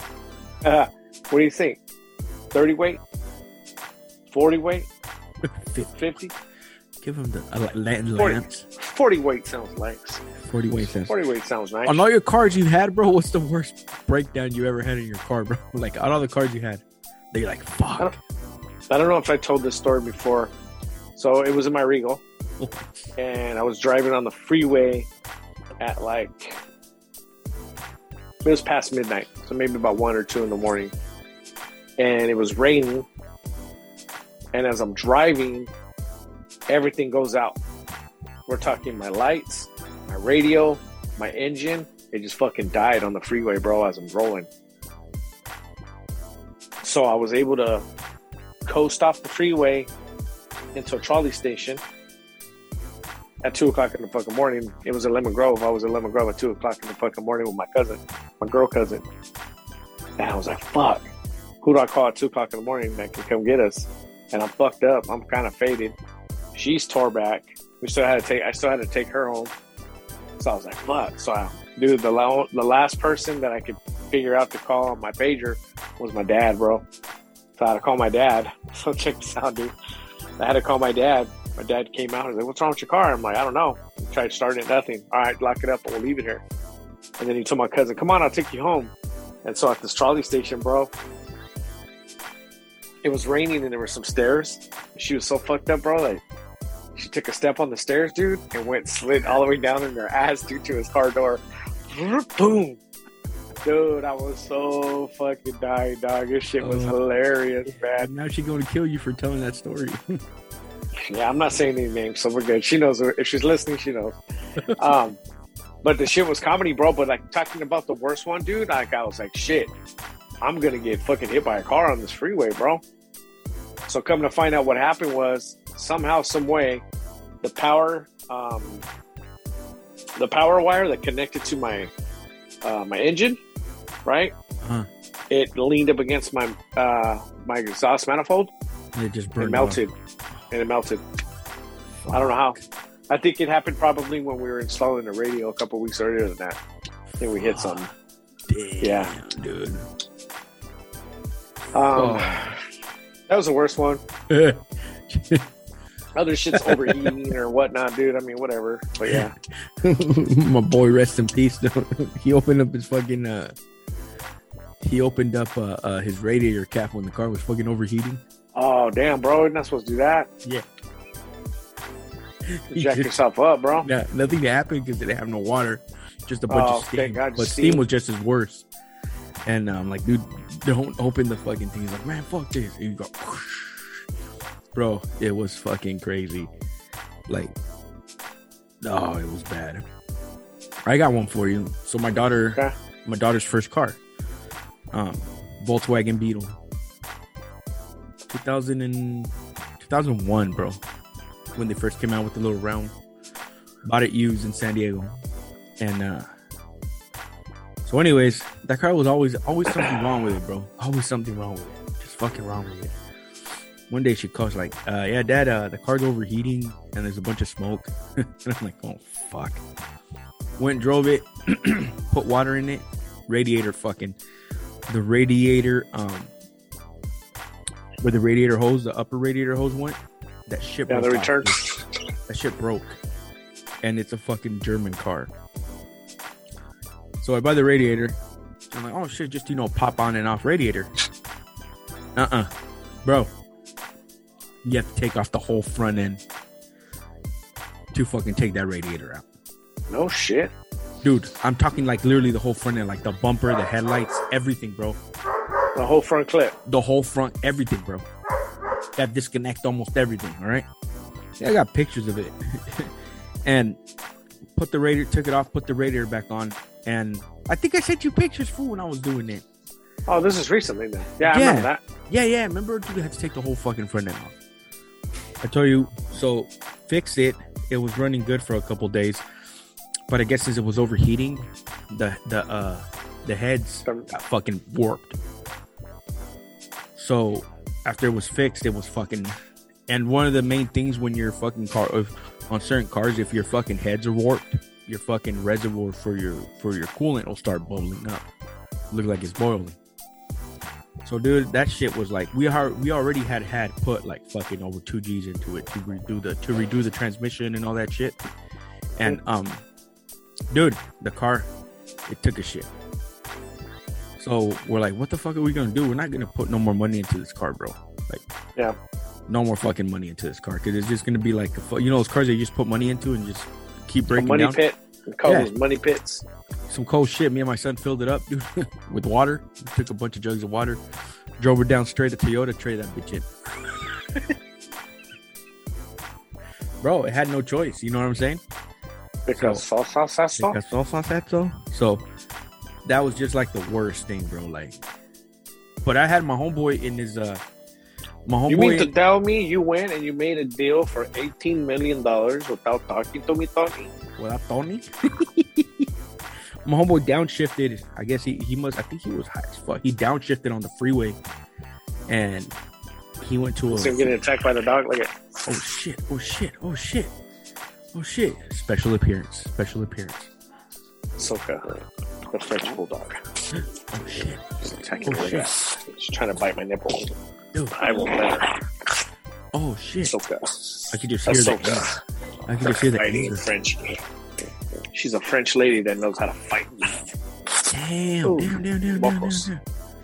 Uh, [LAUGHS] what do you think? 30 weight? 40 weight? 50? Give him the uh, land, Forty. lamps. 40 weight sounds nice. Forty weight cents. 40 weight sounds nice. On all your cars you had, bro, what's the worst breakdown you ever had in your car, bro? [LAUGHS] Like on all the cars you had, they're like, fuck. I don't know if I told this story before. So it was in my Regal, [LAUGHS] and I was driving on the freeway at like, it was past midnight. So maybe about one or two in the morning. And it was raining. And as I'm driving, everything goes out. We're talking my lights, my radio, my engine. It just fucking died on the freeway, bro, as I'm rolling. So I was able to coast off the freeway into a trolley station at two o'clock in the fucking morning. It was in Lemon Grove. I was in Lemon Grove at two o'clock in the fucking morning with my cousin, my girl cousin. And I was like, fuck, who do I call at two o'clock in the morning that can come get us? And I'm fucked up. I'm kind of faded. She's tore back. We still had to take. I still had to take her home. So I was like, fuck. So I, dude, the la- the last person that I could figure out to call on my pager was my dad, bro. So I had to call my dad. [LAUGHS] So check this out, dude. I had to call my dad. My dad came out and was like, What's wrong with your car? I'm like, I don't know. He tried starting it, nothing. All right, lock it up and we'll leave it here. And then he told my cousin, Come on, I'll take you home. And so at this trolley station, bro, it was raining and there were some stairs. She was so fucked up, bro. Like, she took a step on the stairs, dude, and went slid all the way down in her ass, dude, to his car door. Boom. Dude, I was so fucking dying, dog. This shit was Oh. hilarious, man. And now she's going to kill you for telling that story. Yeah, I'm not saying any names, so we're good. She knows if she's listening, she knows. Um, but the shit was comedy, bro. But like talking about the worst one, dude. Like I was like, shit, I'm gonna get fucking hit by a car on this freeway, bro. So come to find out, what happened was somehow, some way, the power, um, the power wire that connected to my uh, my engine, right? Huh. It leaned up against my uh, my exhaust manifold and [LAUGHS] it just burned. and off. melted, and it melted. I don't know how. I think it happened probably when we were installing the radio a couple weeks earlier than that. I think we hit something. Damn, Yeah. dude. Um, That was the worst one. Other shit's overheating or whatnot, dude. I mean, whatever. But yeah, [LAUGHS] my boy rest in peace though. [LAUGHS] he opened up his fucking uh he opened up uh, uh his radiator cap when the car was fucking overheating oh damn, bro, you're not supposed to do that. Yeah. [LAUGHS] You jack yourself up, bro. yeah nothing happened because it didn't have no water just a bunch Oh, of thank steam God, but steam. steam was just as worse and i'm like dude don't open the fucking thing he's like man fuck this and you go [LAUGHS] bro it was fucking crazy like oh it was bad i got one for you so my daughter Okay. my daughter's first car um volkswagen beetle 2000 and 2001, bro, when they first came out with the little round. Bought it used in San Diego, and uh, so, anyways, that car was always always something wrong with it, bro. Always something wrong with it. Just fucking wrong with it. One day she calls like, uh, "Yeah, Dad, uh, the car's overheating and there's a bunch of smoke." [LAUGHS] and I'm like, "Oh fuck." Went and drove it, [CLEARS THROAT] put water in it, radiator fucking the radiator um where the radiator hose, the upper radiator hose went, that shit Yeah, the broke off, return. dude. That shit broke. And it's a fucking German car. So I buy the radiator. I'm like, oh shit, just you know, pop on and off radiator. Uh uh Bro. You have to take off the whole front end to fucking take that radiator out. No shit. Dude, I'm talking like literally the whole front end, like the bumper, the headlights, everything, bro. The whole front clip. The whole front, everything, bro. That disconnect almost everything, all right? Yeah, I got pictures of it. [LAUGHS] and put the radiator, took it off, put the radiator back on. And I think I sent you pictures for when I was doing it. Oh, this is recently then. Yeah, I Yeah. remember that. Yeah, yeah. Remember, dude, I had to take the whole fucking front end off. I told you, so fix it. It was running good for a couple days, but I guess since it was overheating, the the uh the heads Some- got fucking warped. So after it was fixed, it was fucking. And one of the main things when your fucking car if, on certain cars, if your fucking heads are warped, your fucking reservoir for your for your coolant will start bubbling up. Look like it's boiling. So, dude, that shit was like we are we already had had put like fucking over two G's into it to redo the to redo the transmission and all that shit. And um, dude, the car it took a shit. So we're like, what the fuck are we gonna do? We're not gonna put no more money into this car, bro. Like, Yeah. no more fucking money into this car because it's just gonna be like a fu- you know those cars that you just put money into and just keep breaking money down. pit. We call Yeah. those money pits. Some cold shit. Me and my son filled it up dude, [LAUGHS] with water. Took a bunch of jugs of water, drove it down straight to Toyota, traded that bitch in. [LAUGHS] Bro, it had no choice. You know what I'm saying? Because so, sauce, sauce, Like, that's all sauce that's all. So that was just like the worst thing, bro. Like, but I had my homeboy in his uh, my homeboy. You mean to tell me you went and you made a deal for eighteen million dollars without talking to me, Tony? without Tony. [LAUGHS] My homeboy downshifted. I guess he, he must. I think he was high as fuck. He downshifted on the freeway, and he went to a. So you're getting attacked by the dog. Like, Oh shit! Oh shit! Oh shit! Oh shit! Special appearance. Special appearance. [GASPS] Soka, the French bulldog, Oh shit! is attacking Oh, me. shit. She's trying to bite my nipple. Dude. I will let her. Oh shit! Soka, I could just hear the. Ahsoka, I could just hear the. fighting anger. French. She's a French lady that knows how to fight. Damn! Ooh, Damn! Damn! Damn! Damn! buckles. damn,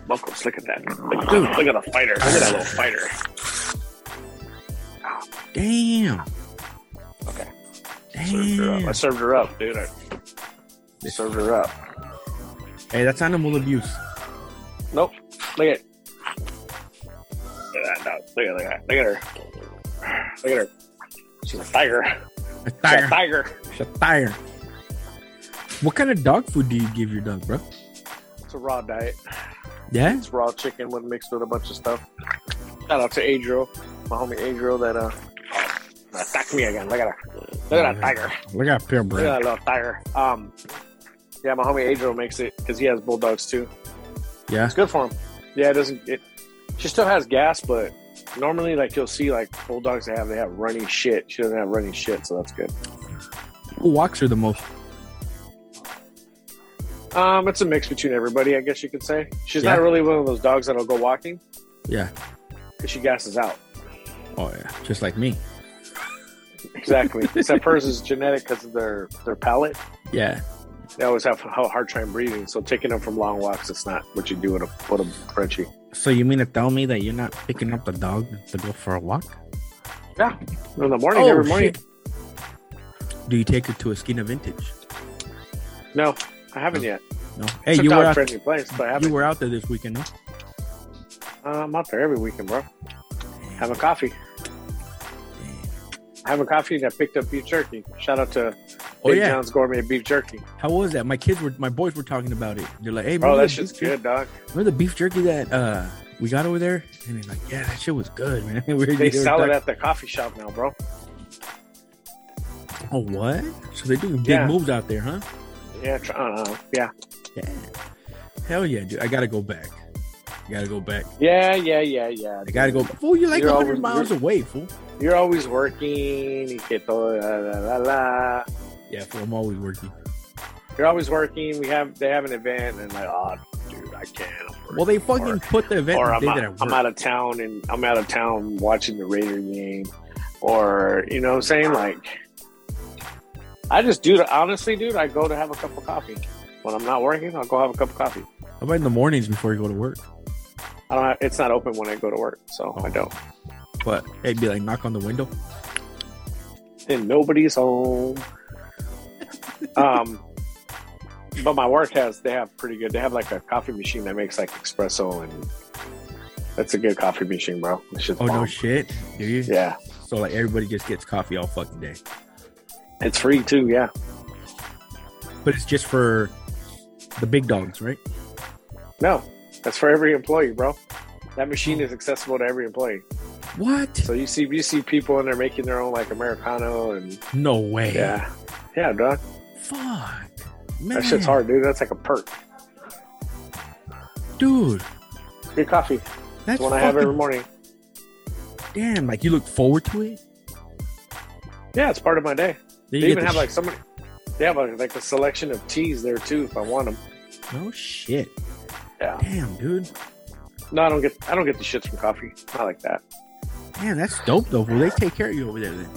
Buckles, look at that. Look, dude, look at the fighter. Look at that little fighter. Damn! Okay. Served her up. I Damn! served her up, dude. I served her up. Hey, that's animal abuse. Nope. Look at. Look at that dog. Look at, look at, look at her. Look at her. She's a tiger. A She's a tire. tiger. A tire. What kind of dog food do you give your dog, bro? It's a raw diet. Yeah. It's raw chicken with mixed with a bunch of stuff. Shout out to Adriel, my homie Adriel that uh attacked me again. Look at her. Look at that tiger. Look at Pim, Look at that little tiger. Um, yeah, my homie Adriel makes it because he has bulldogs too. Yeah. It's good for him. Yeah, it doesn't. It, she still has gas, but normally, like you'll see, like bulldogs they have they have runny shit. She doesn't have runny shit, so that's good. Who walks her the most? Um, it's a mix between everybody, I guess you could say. She's Yeah. not really one of those dogs that'll go walking Yeah. because she gasses out. Oh yeah. Just like me. [LAUGHS] Exactly. Except hers is genetic because of their their palate. Yeah. They always have a hard time breathing, so taking them from long walks, it's not what you do with a with a Frenchie. So you mean to tell me that you're not picking up the dog to go for a walk? Yeah, in the Oh, morning, every morning. Do you take her to a skin of vintage? No, I haven't yet. No. Hey, it's a you were dog out, friendly place, but I you haven't. were out there this weekend, no? Uh, I'm out there every weekend, bro. Having coffee. Having coffee, and I picked up beef jerky. Shout out to Oh Big yeah. John's Gourmet Beef Jerky. How was that? My kids were my boys were talking about it. They're like, "Hey, Bro, remember Oh, that the shit's beef jer- good, dog. Remember the beef jerky that uh we got over there and he's like, yeah, that shit was good, man. [LAUGHS] We were They were sell it talking- at the coffee shop now, bro. Oh, what? So they're doing big Yeah. moves out there, huh? Yeah, tr- uh, yeah, Yeah. Hell yeah, dude. I gotta go back. I gotta go back. yeah, yeah, yeah, yeah. I gotta go. Fool, you're like You're 100 always- miles you're- away, fool. You're always working. You get the la, la, la, la. Yeah, fool, I'm always working. You're always working. We have they have an event, and like, oh, dude, I can't. I'm Well, they working." Or- fucking put the event or the I'm day that I out, work. I'm out of town and I'm out of town watching the Raider game, or you know what I'm saying? Like, I just do. Honestly, dude, I go to have a cup of coffee when I'm not working. I'll go have a cup of coffee. How about in the mornings before you go to work? I don't. Have, it's not open when I go to work, so Oh. I don't. But it'd be like knock on the window. And [LAUGHS] nobody's home. um, but my work has they have pretty good. They have like a coffee machine that makes like espresso and. That's a good coffee machine, bro. That shit's Oh no bomb. shit. Do you? Yeah, So like everybody just gets coffee all fucking day. it's free too. Yeah, But it's just for the big dogs, right? No, that's for every employee, bro. That machine is accessible to every employee. What? So you see, you see people in there making their own like Americano and No way. yeah, yeah, dog. Fuck. Man. That shit's hard, dude. That's like a perk. Dude. Free coffee. That's That's one I have every fucking- morning. Damn, like you look forward to it. Yeah, it's part of my day. Then They you even get have the like somebody. They have like, like a selection of teas there too, if I want them. sh- no shit. Yeah. Damn, dude. No, I don't get. I don't get the shits from coffee. Not like that. Damn, that's dope though. Well, they take care of you over there. Then.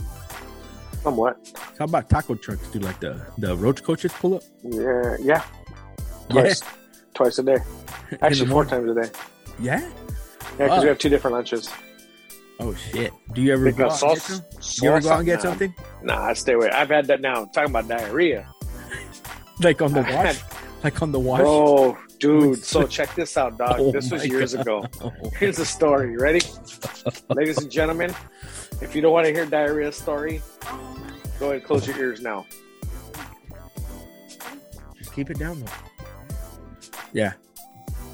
Somewhat. How about taco trucks? Do like the the roach coaches pull up? Yeah. Yeah. Twice. Twice a day. Actually, four morning. times a day. Yeah. Yeah, because Fuck. we have two different lunches. Oh shit. Do you ever Pick go up out and get sauce- some? You ever go out and get salsa? Nah, something? Nah, I stay away. I've had that now. I'm talking about diarrhea. Like on the I [LAUGHS] wash? Like on the wash? Bro, dude. What's- So check this out, dog. Oh this was my years God. ago. Oh. Here's the story. You Ready? Ladies and gentlemen, if you don't want to hear diarrhea story, go ahead and close your ears now. Just keep it down though. Yeah.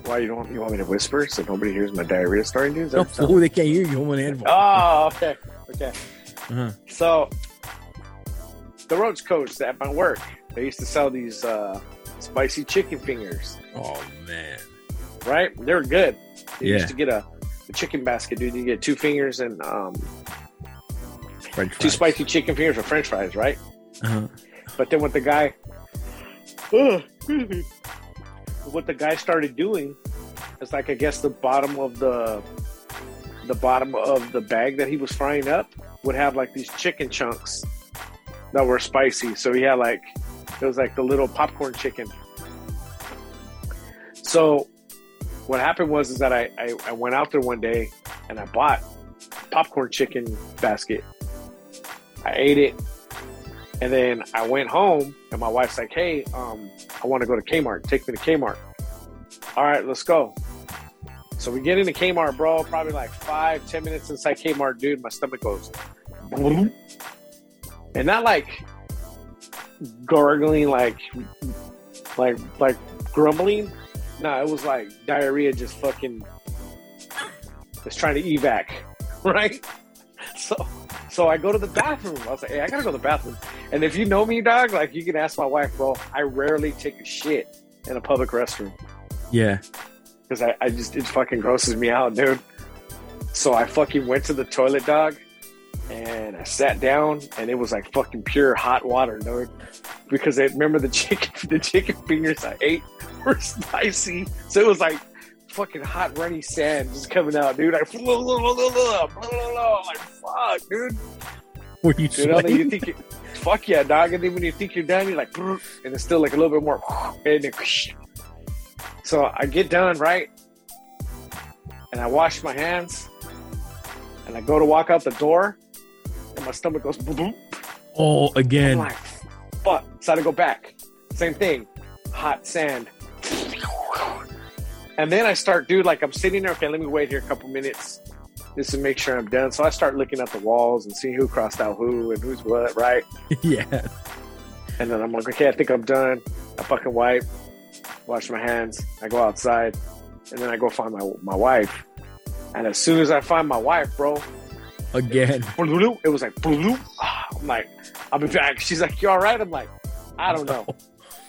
Why you don't you want me to whisper so nobody hears my diarrhea story news? No [LAUGHS] fool, Oh, they can't hear you. I'm on headphones. Oh, okay. Okay. Uh-huh. So the roach coach at my work, they used to sell these uh, spicy chicken fingers. Oh man. right? They're good. You Yeah. used to get a, a chicken basket, dude. You get two fingers and um, French fries. two spicy chicken fingers or French fries, right? Uh-huh. But then what the guy, Ugh, [LAUGHS] excuse me. what the guy started doing is like I guess the bottom of the the bottom of the bag that he was frying up would have like these chicken chunks that were spicy. So he had like it was like the little popcorn chicken. So what happened was is that I, I, I went out there one day and I bought popcorn chicken basket. I ate it and then I went home and my wife's like, Hey, um, I want to go to Kmart. Take me to Kmart. All right, let's go. So we get into Kmart, bro. Probably like five, ten minutes inside Kmart, dude. My stomach goes, [LAUGHS] "Boom." and not like gargling, like, like, like grumbling. Nah, it was like diarrhea, just fucking. It's trying to evac, [LAUGHS] right? So, so I go to the bathroom. I was like, "Hey, I gotta go to the bathroom." And if you know me, dog, like you can ask my wife, bro. I rarely take a shit in a public restroom Yeah. because I, I just it fucking grosses me out, dude. So I fucking went to the toilet, dog, and I sat down, and it was like fucking pure hot water, dude. Because I remember the [LAUGHS] chicken, the chicken fingers I ate were spicy, so it was like fucking hot runny sand just coming out, dude. Like, [LAUGHS] like fuck, dude. Were you You know, sweating? that you think, you, fuck yeah, dog. And then when you think you're done, you're like, "Brr," and it's still like a little bit more. And then, so I get done, right? And I wash my hands. And I go to walk out the door. And my stomach goes, boom, boom. oh, I'm again. like, fuck. So I had to go back. Same thing. Hot sand. And then I start, dude, like I'm sitting there, okay, let me wait here a couple minutes just to make sure I'm done. So I start looking at the walls and seeing who crossed out who and who's what, right? [LAUGHS] yeah. And then I'm like, okay, I think I'm done. I fucking wipe, wash my hands. I go outside, and then I go find my my wife. And as soon as I find my wife, bro, Again. it was like, [SIGHS] I'm like, I'll be back. She's like, you all right? I'm like, I don't know.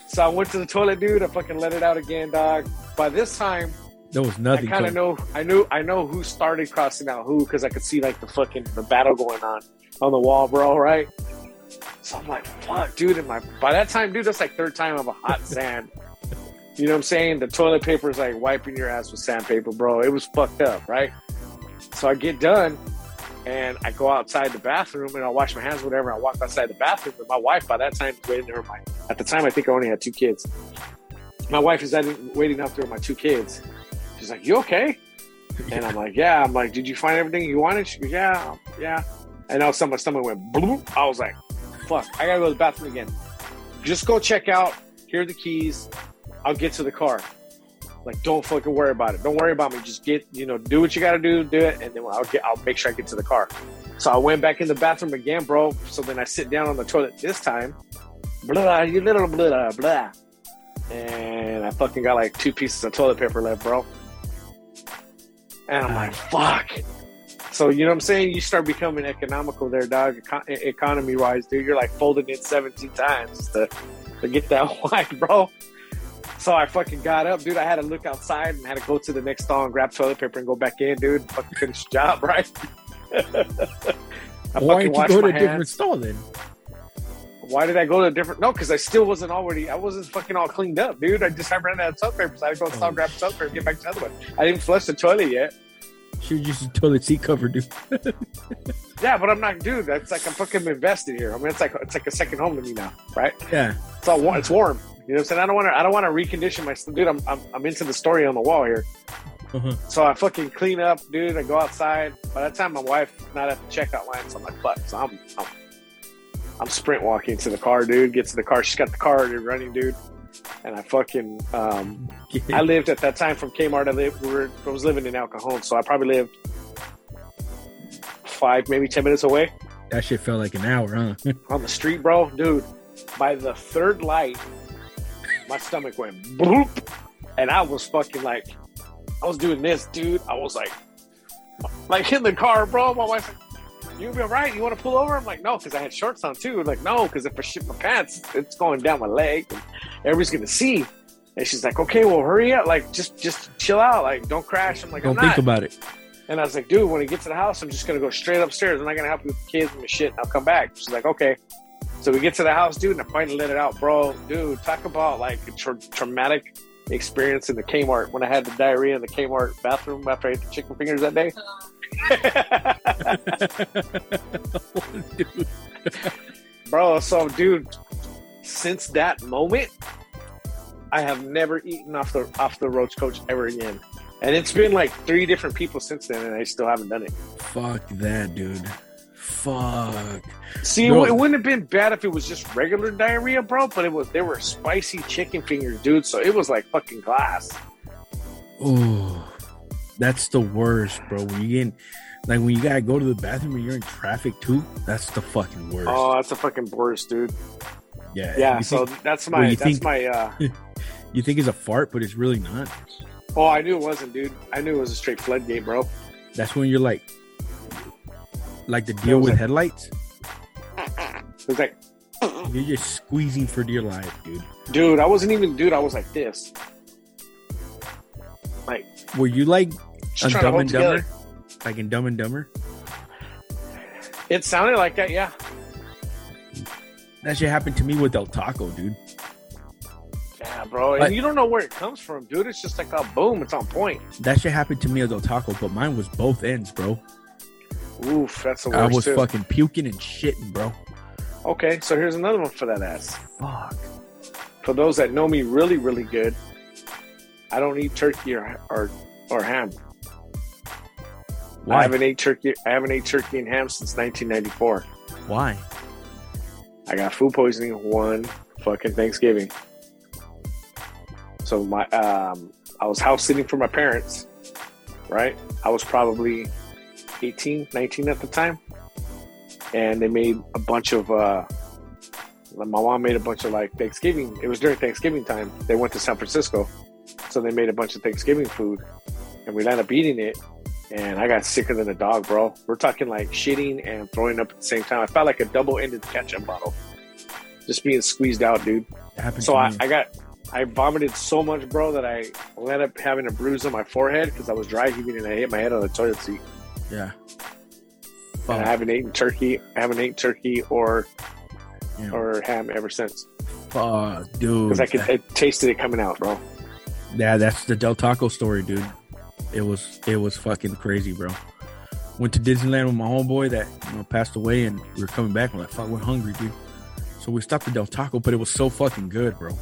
So I went to the toilet, dude. I fucking let it out again, dog. By this time, There was I nothing. to kind it. of know. I knew. I know who started crossing out who because I could see like the fucking the battle going on on the wall, bro. Right. So I'm like, fuck, dude. And my by that time, dude, that's like third time of a hot sand. You know what I'm saying? The toilet paper is like wiping your ass with sandpaper, bro. It was fucked up, right? So I get done and I go outside the bathroom and I wash my hands, whatever. I walk outside the bathroom and my wife by that time is waiting there. My, at the time, I think I only had two kids. My wife is at- waiting out there with my two kids. She's like, "You okay?" And I'm like, "Yeah." I'm like, "Did you find everything you wanted?" She goes, "Yeah, yeah." And all of a sudden, my stomach went bloop. I was like, "Fuck! I gotta go to the bathroom again." Just go check out. Here are the keys. I'll get to the car. Like, don't fucking worry about it. Don't worry about me. Just get, you know, do what you gotta do, do it, and then I'll get. I'll make sure I get to the car. So I went back in the bathroom again, bro. So then I sit down on the toilet this time. Blah, you little blah, blah. And I fucking got like two pieces of toilet paper left, bro. And I'm like, fuck. So you know what I'm saying? You start becoming economical there, dog. Econ- economy wise, dude, you're like folding it 17 times to, to get that [LAUGHS] wine, bro. So I fucking got up, dude. I had to look outside and had to go to the next stall and grab toilet paper and go back in, dude. Fucking finish the job, [LAUGHS] right? I Why did you washed go to my a different hands. stall then? Why did I go to a different? No, because I still wasn't already. I wasn't fucking all cleaned up, dude. I just I ran out of toilet paper, so I had to go Oh, and grab toilet paper, and get back to the other one. I didn't flush the toilet yet. She was just a toilet seat cover, dude. Yeah, but I'm not, dude. That's like I'm fucking invested here. I mean, it's like it's like a second home to me now, right? [LAUGHS] Yeah. It's all wa- it's warm. You know what I'm saying? I don't want to. I don't want to recondition my dude. I'm, I'm I'm into the story on the wall here. Uh-huh. So I fucking clean up, dude. I go outside. By that time, my wife not at the checkout line, so I'm like, fuck. So I'm, I'm I'm sprint walking to the car, dude. Get to the car. She's got the car already running, dude. And I fucking um, I lived at that time from Kmart. I lived, we were, I was living in El Cajon, so I probably lived five, maybe ten minutes away that shit felt like an hour, huh? on the street, bro. Dude, by the third light, my stomach went bloop, and I was fucking like, I was doing this, dude. I was like, like in the car, bro. My wife's like, "You be all right? You want to pull over?" I'm like, "No," because I had shorts on too. Like, no, because if I shit my pants, it's going down my leg, and everybody's gonna see. And she's like, "Okay, well, hurry up. Like, just just chill out. Like, don't crash." I'm like, Don't "I'm not." think about it. And I was like, dude, when I get to the house, I'm just gonna go straight upstairs. I'm not gonna help you with the kids and the shit. And I'll come back. She's like, okay. So we get to the house, dude, and I finally let it out, bro. Dude, talk about like a tra- traumatic experience in the Kmart when I had the diarrhea in the Kmart bathroom after I ate the chicken fingers that day. [LAUGHS] bro, so dude, since that moment, I have never eaten off the off the roach coach ever again. And it's been like three different people since then, and I still haven't done it. Fuck that, dude. Fuck. See, No. it wouldn't have been bad if it was just regular diarrhea, bro. But it was they were spicy chicken fingers, dude. So it was like fucking glass. Ooh, that's the worst, bro. When you get like when you gotta go to the bathroom and you're in traffic too, that's the fucking worst. Oh, that's a fucking worst, dude. yeah, Yeah. You So think, that's Well, my you that's think- [LAUGHS] my. uh you think it's a fart, but it's really not. Oh, I knew it wasn't, dude. I knew it was a straight floodgate, bro. That's when you're like, like the deal was with like- headlights. It was like, You're just squeezing for dear life, dude. dude, I wasn't even, dude. I was like this, like Were you like on just trying to Dumb hold and Dumber? together. Like in Dumb and Dumber? It sounded like that, yeah. That shit happened to me with El Taco, dude. Yeah, bro. And Like- you don't know where it comes from, dude. It's just like a boom. It's on point. That shit happened to me with El Taco, but mine was both ends, bro. Oof, that's the worst. I was too. fucking puking and shitting, bro. Okay, so here's another one for that ass. Fuck. For those that know me really, really good, I don't eat turkey or or, or ham. I Why? haven't ate turkey. I haven't ate turkey and ham since 1994. Why? I got food poisoning one fucking Thanksgiving. So my um, I was house sitting for my parents, right? I was probably 18, 19 at the time, and they made a bunch of. Uh, my mom made a bunch of like Thanksgiving. It was during Thanksgiving time. They went to San Francisco, so they made a bunch of Thanksgiving food, and we ended up eating it. and I got sicker than a dog, bro. We're talking like shitting and throwing up at the same time. I felt like a double-ended ketchup bottle, just being squeezed out, dude. It happened So to I, me. I got, I vomited so much, bro, that I ended up having a bruise on my forehead because I was dry heaving and I hit my head on the toilet seat. yeah. And I Fuck, haven't eaten turkey. I haven't eaten turkey or yeah. or ham ever since fuck, dude. because I could I tasted it coming out, bro. Yeah, that's the Del Taco story, dude. It was it was fucking crazy, bro. Went to Disneyland with my homeboy that you know passed away, and we were coming back. We're like, fuck, we're hungry, dude. So we stopped at Del Taco, but it was so fucking good, bro.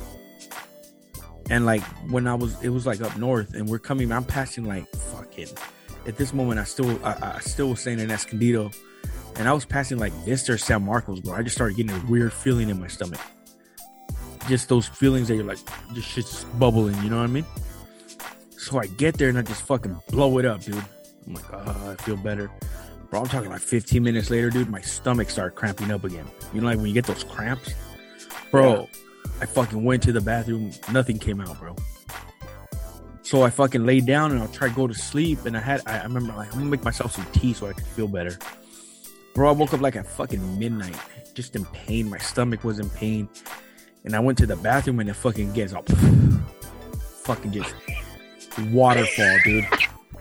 And like when I was, it was like up north, and we're coming. I'm passing like fucking. At this moment, I still I, I still was staying in Escondido, and I was passing like Vista or San Marcos, bro. I just started getting a weird feeling in my stomach. Just those feelings that you're like, this shit's bubbling. You know what I mean? So I get there and I just fucking blow it up, dude. I'm like, ah, I feel better. Bro, I'm talking like 15 minutes later, dude, my stomach started cramping up again. You know, like when you get those cramps? Bro, I fucking went to the bathroom. Nothing came out, bro. So I fucking laid down and I tried to go to sleep. And I had, I, I remember, like, I'm gonna make myself some tea so I could feel better. Bro, I woke up like at fucking midnight, just in pain. My stomach was in pain. And I went to the bathroom and it fucking gets all fucking just waterfall, dude.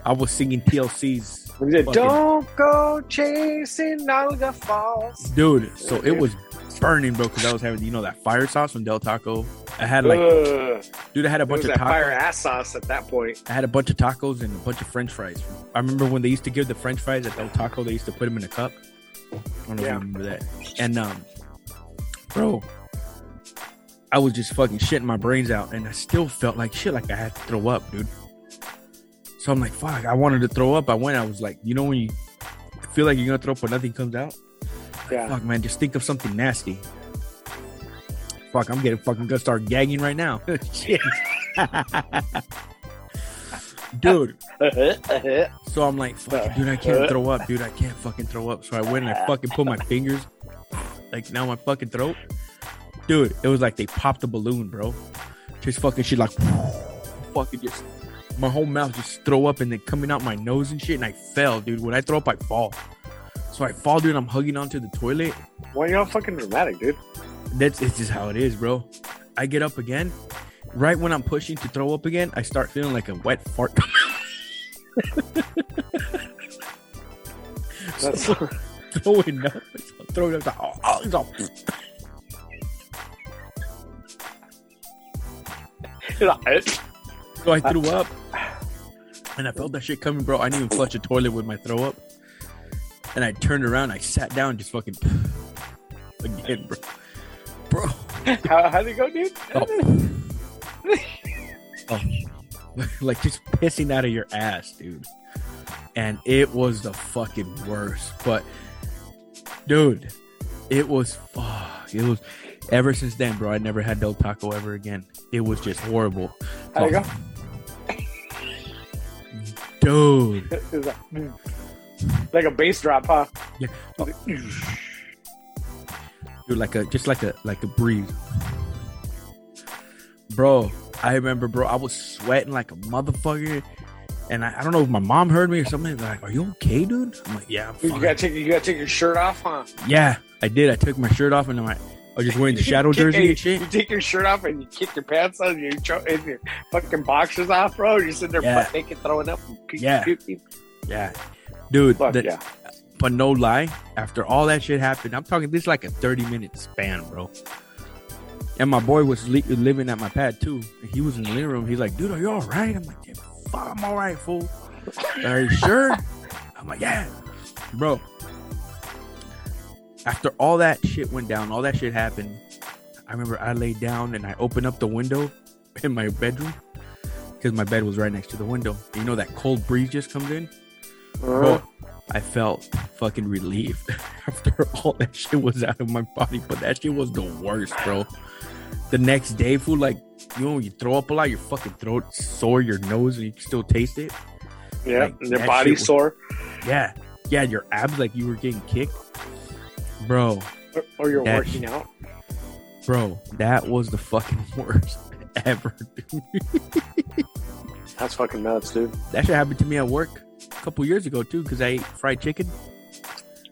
I was singing TLC's. He said, fucking- Don't go chasing Niagara Falls. dude. So it was burning, bro, because I was having you know that fire sauce from Del Taco. I had like, Ugh. dude, I had a It was bunch of that fire tacos. ass sauce at that point. I had a bunch of tacos and a bunch of French fries. I remember when they used to give the French fries at Del Taco, they used to put them in a cup. I don't know Yeah. if you remember that. And um, bro, I was just fucking shitting my brains out, and I still felt like shit, like I had to throw up, dude. So I'm like, fuck, I wanted to throw up. I went. I was like, you know when you feel like you're gonna throw up but nothing comes out. Yeah. Fuck, man, just think of something nasty. Fuck, I'm getting fucking gonna start gagging right now. [LAUGHS] Shit. dude, so I'm like, fuck, dude, I can't throw up, dude, I can't fucking throw up. So I went and I fucking put my fingers like now my fucking throat. Dude, it was like they popped the balloon, bro. Just fucking shit like fucking just my whole mouth just throw up and then coming out my nose and shit and I fell, dude. When I throw up, I fall. So I fall, dude, and I'm hugging onto the toilet Why y'all fucking dramatic, dude? [LAUGHS] that's it's just how it is, bro. I get up again. Right when I'm pushing to throw up again, I start feeling like a wet fart. That's, [LAUGHS] throwing up. I'm throwing up. Like, oh, oh, it's all- So I threw up. And I felt that shit coming, bro. I didn't even flush a toilet with my throw up. And I turned around, I sat down, just fucking [SIGHS] again, bro. Bro. how, how'd it go, dude? Oh. Oh. [LAUGHS] like just pissing out of your ass, dude. And it was the fucking worst. But dude, it was fuck. It was ever since then, bro. I never had Del Taco ever again. It was just horrible. How'd it go? Dude. It was like, hmm. like a bass drop, huh? Yeah. Dude, like a just like a like a breeze. Bro, I remember, bro, I was sweating like a motherfucker. And I, I don't know if my mom heard me or something. They're like, Are you okay, dude? I'm like, Yeah, I'm Dude, you fine." gotta take you gotta take your shirt off, huh? Yeah, I did. I took my shirt off and I'm like, I was just wearing the shadow [LAUGHS] You kick- jersey and hey, shit. You take your shirt off and you kick your pants on and your, cho- and your fucking boxers off, bro. You're sitting there Yeah. butt naked, throwing up. And puke, Yeah. puking. Yeah. Dude, Fuck the- yeah. but no lie, after all that shit happened, I'm talking this is like a 30 minute span, bro. And my boy was li- living at my pad too. And he was in the living room. He's like, dude, are you all right? I'm like, yeah, fuck, I'm all right, fool. Are you sure? I'm like, yeah, bro. After all that shit went down, all that shit happened. I remember I laid down and I opened up the window in my bedroom because my bed was right next to the window. You know that cold breeze just comes in. Bro, I felt fucking relieved [LAUGHS] after all that shit was out of my body, but that shit was the worst, bro. The next day, food like you know, you throw up a lot, your fucking throat sore, your nose, and you can still taste it. Yeah, like, and your that body shit was- sore Yeah, yeah, your abs like you were getting kicked, bro. or, or you're that- working out. Bro, that was the fucking [LAUGHS] worst ever. dude. That's fucking nuts, dude. That shit happened to me at work. a couple years ago too because I ate fried chicken.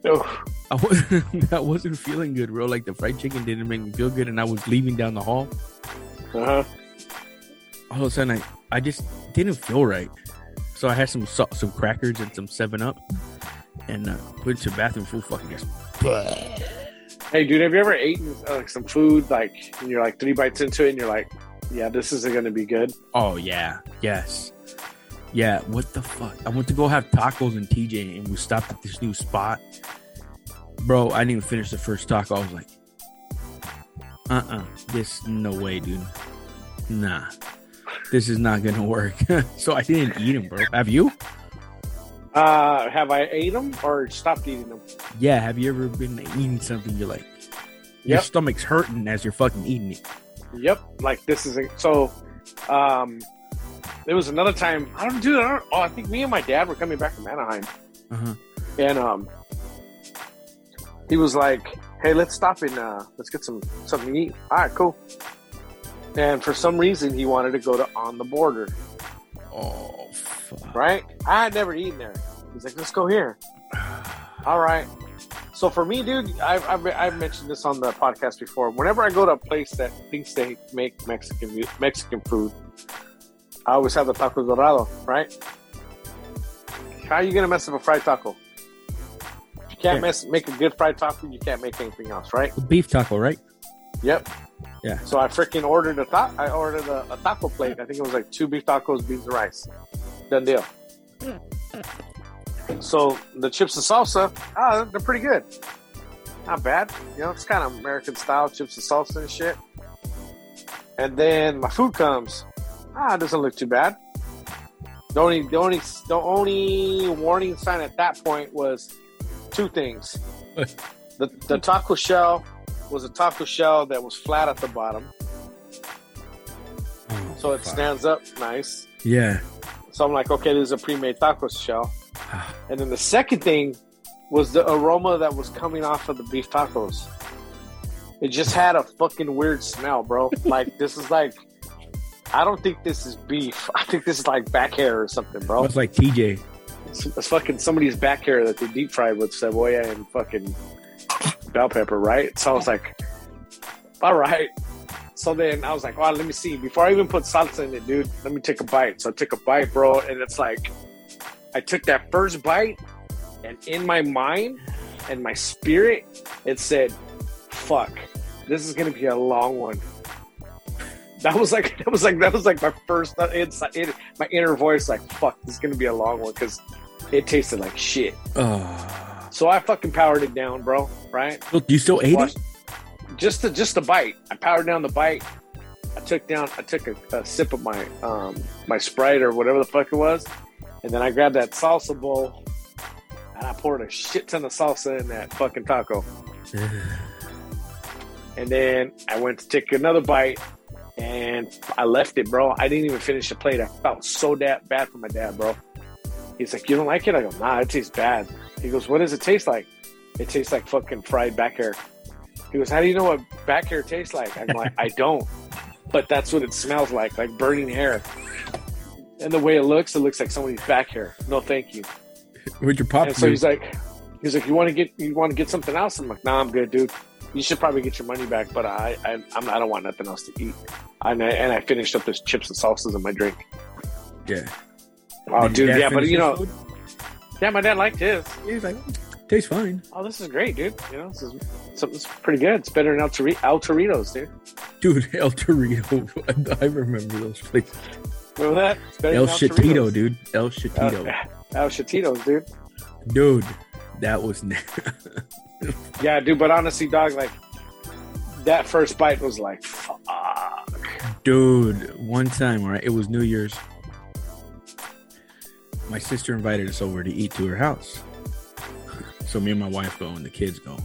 Oh, I wasn't [LAUGHS] I wasn't feeling good, bro. Like the fried chicken didn't make me feel good, and I was leaving down the hall. uh-huh. All of a sudden, I, I just didn't feel right. So I had some sa- some crackers and some Seven Up, and uh, went to the bathroom full fucking just Hey, dude, have you ever eaten uh, like some food like and you're like three bites into it and you're like, yeah, this isn't going to be good. Oh yeah, yes, yeah. What the fuck? I went to go have tacos in TJ, and we stopped at this new spot. Bro, I didn't even finish the first taco. I was like, uh, uh this no way, dude. Nah, this is not gonna work. [LAUGHS] so I didn't eat them, bro. Have you? Uh, have I ate them or stopped eating them? Yeah. Have you ever been eating something you're like, your Yep. stomach's hurting as you're fucking eating it? Yep. Like this is not so. Um, there was another time. I don't do that. Oh, I think me and my dad were coming back from Anaheim, Uh huh. and um, he was like, "Hey, let's stop and uh, let's get some something to eat." All right, cool. And for some reason, he wanted to go to On the Border. Oh fuck. [SIGHS] Right? I had never eaten there. He's like, "Let's go here." All right. So for me, dude, I've, I've, I've mentioned this on the podcast before. Whenever I go to a place that thinks they make Mexican mu- Mexican food, I always have the taco dorado, right? How are you gonna mess up a fried taco? If you can't Yeah. mess make a good fried taco, you can't make anything else, right? Beef taco, right? Yep. Yeah. So I freaking ordered a ta- I ordered a, a taco plate. I think it was like two beef tacos, beans and rice. Done deal. So the chips and salsa, ah, they're pretty good. Not bad. You know, it's kind of American style chips and salsa and shit. And then my food comes. Ah, it doesn't look too bad. The only, the only, the only warning sign at that point was two things. the, the taco shell was a taco shell that was flat at the bottom, Oh, so it fuck. stands up nice. Yeah. So I'm like, okay, this is a pre-made taco shell. And then the second thing was the aroma that was coming off of the beef tacos. It just had a fucking weird smell, bro. Like this is like, I don't think this is beef. [LAUGHS] I think this is like back hair or something, bro. It's like TJ. It's, it's fucking somebody's back hair that they deep fried with Savoya and fucking bell pepper, right? So I was like, all right. So then I was like, wow, let me see. Before I even put salsa in it, dude, let me take a bite. So I took a bite, bro, and it's like, I took that first bite, and in my mind and my spirit, it said, fuck, this is gonna be a long one. [LAUGHS] That was like [LAUGHS] that was like that was like my first uh, inside in, my inner voice like fuck this is gonna be a long one because it tasted like shit. Oh. So I fucking powered it down, bro. Right? Look, you still ate it? Watched- Just the just the bite. I powered down the bite. I took down. I took a, a sip of my um, my sprite or whatever the fuck it was, and then I grabbed that salsa bowl and I poured a shit ton of salsa in that fucking taco. and then I went to take another bite. And I left it, bro. I didn't even finish the plate. I felt so da- bad for my dad, bro. He's like, "You don't like it?" I go, "Nah, it tastes bad." He goes, "What does it taste like?" It tastes like fucking fried back hair. He goes, How do you know what back hair tastes like? I'm like, I don't. But that's what it smells like, like burning hair. And the way it looks, it looks like somebody's back hair. No, thank you. Where'd your pop And so do? he's like, he's like, you want to get, you want to get something else? I'm like, nah, I'm good, dude. You should probably get your money back, but I, I, I'm, I don't want nothing else to eat. And I, and I finished up this chips and salsas in my drink. Yeah. Oh, Did your dude, dad yeah, but finish his you know, food? yeah, my dad liked his. he's like, tastes fine, [LAUGHS] Oh, this is great, dude. You know, this is something's pretty good. It's better than El, Tori- El Torito's, dude. dude. El Torito, [LAUGHS] I remember those places. Remember that? It's better El than Chitito, Torito's. dude. El El, Chitito, [LAUGHS] El Chatitos, Oh, dude. dude. That was [LAUGHS] na- Yeah, dude. But honestly, dog, like that first bite was like, fuck. dude. One time, right? It was New Year's. My sister invited us over to eat to her house, so me and my wife go and the kids go.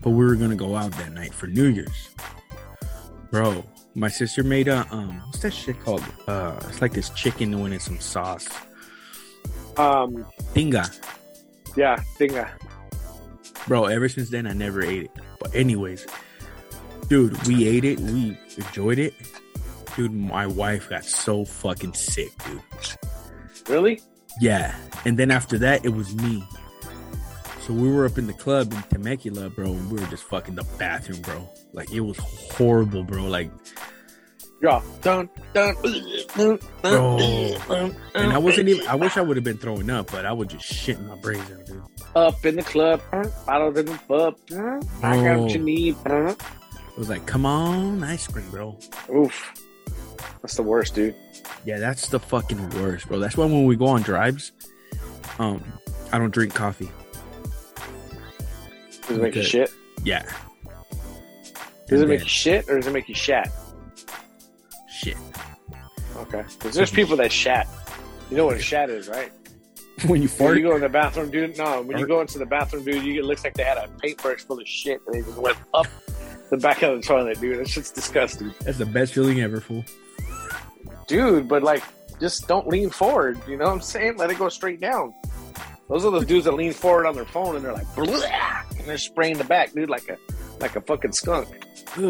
But we were gonna go out that night for New Year's, bro. My sister made a um, what's that shit called? Uh, it's like this chicken when it's some sauce. Um, Tinga. yeah, uh, dinga. bro ever since then i never ate it but anyways dude we ate it we enjoyed it dude my wife got so fucking sick dude Really? Yeah. And then after that, it was me. So we were up in the club in Temecula, bro, and we were just fucking the bathroom, bro. Like it was horrible, bro. Like, Yeah. Dun, dun, uh, dun, uh, Bro. dun, and I wasn't even. I wish I would have been throwing up, but I was just shitting my brains out, dude. up in the club, bottles in the pub. I got what you need. uh, It was like, come on, ice cream, bro. Oof, that's the worst, dude. Yeah, that's the fucking worst, bro. That's why when we go on drives, um, I don't drink coffee. Does it make you Okay. shit? Yeah. Does it And make then- you shit or does it make you shat? shit? Okay, 'Cause there's people that shat. You know what a shat is, right? [LAUGHS] When you When fart, you go in the bathroom, dude. No, when you Fart. go into the bathroom, dude, you, it looks like they had a paintbrush full of shit and they just went up the back of the toilet, dude. That shit's disgusting, that's the best feeling ever, fool. dude. But like, just don't lean forward. You know what I'm saying? Let it go straight down. Those are the dudes that lean forward on their phone and they're like, "Bleh," and they're spraying the back, dude, like a like a fucking skunk. Ugh,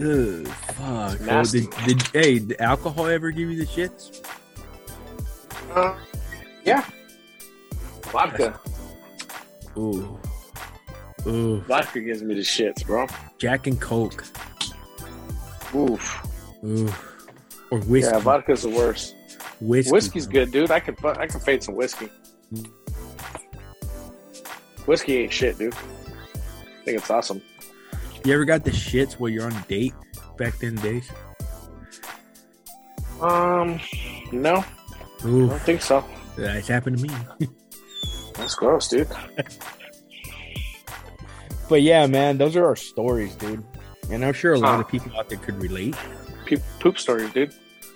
ugh, fuck. fool. nasty. did, did, hey, did alcohol ever give you the shits? Uh, yeah. Vodka. Ooh, ooh. Vodka gives me the shits, bro. Jack and Coke. Oof. Ooh. Or whiskey. Yeah, vodka's the worst. whiskey. Whiskey's good, dude. I could fu- I could fade some whiskey. Whiskey ain't shit, dude. I think it's awesome. You ever got the shits where you're on a date back then days? Um, no, I Ooh, don't think so. that's happened to me. [LAUGHS] That's gross, dude. But yeah, man, those are our stories, dude. And I'm sure a lot Huh. of people out there could relate. Pe- poop stories, dude.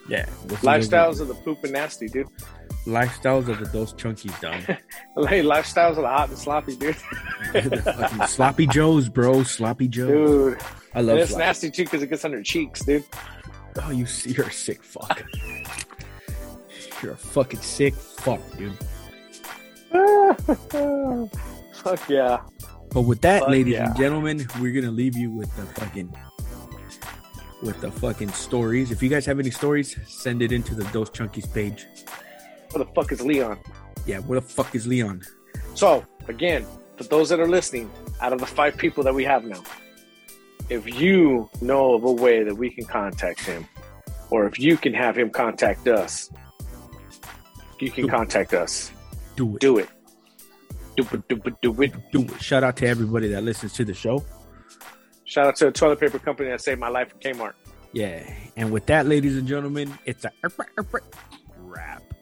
Yeah. Lifestyles of the poop and nasty, dude. [LAUGHS] Lifestyles of those chunkies, dog. [LAUGHS] Hey, lifestyles of the hot and sloppy, dude. [LAUGHS] The fucking sloppy Joes, bro. Sloppy Joes. Dude, I and love it's sloppy. nasty too because it gets under your cheeks, dude. [LAUGHS] Oh, you see, you're a sick fuck. you're a fucking sick fuck, dude. Fuck yeah. But with that, Fuck ladies yeah. and gentlemen, we're gonna leave you with the fucking with the fucking stories. If you guys have any stories, send it into the Dose Chunkies page. What the fuck is Leon? Yeah, where the fuck is Leon? So, again, for those that are listening, out of the five people that we have now, if you know of a way that we can contact him, or if you can have him contact us, you can contact us. Do it. Do it. Do it, do it, do it. Do it. Shout out to everybody that listens to the show. Shout out to the toilet paper company that saved my life at Kmart. Yeah. And with that, ladies and gentlemen, it's a wrap.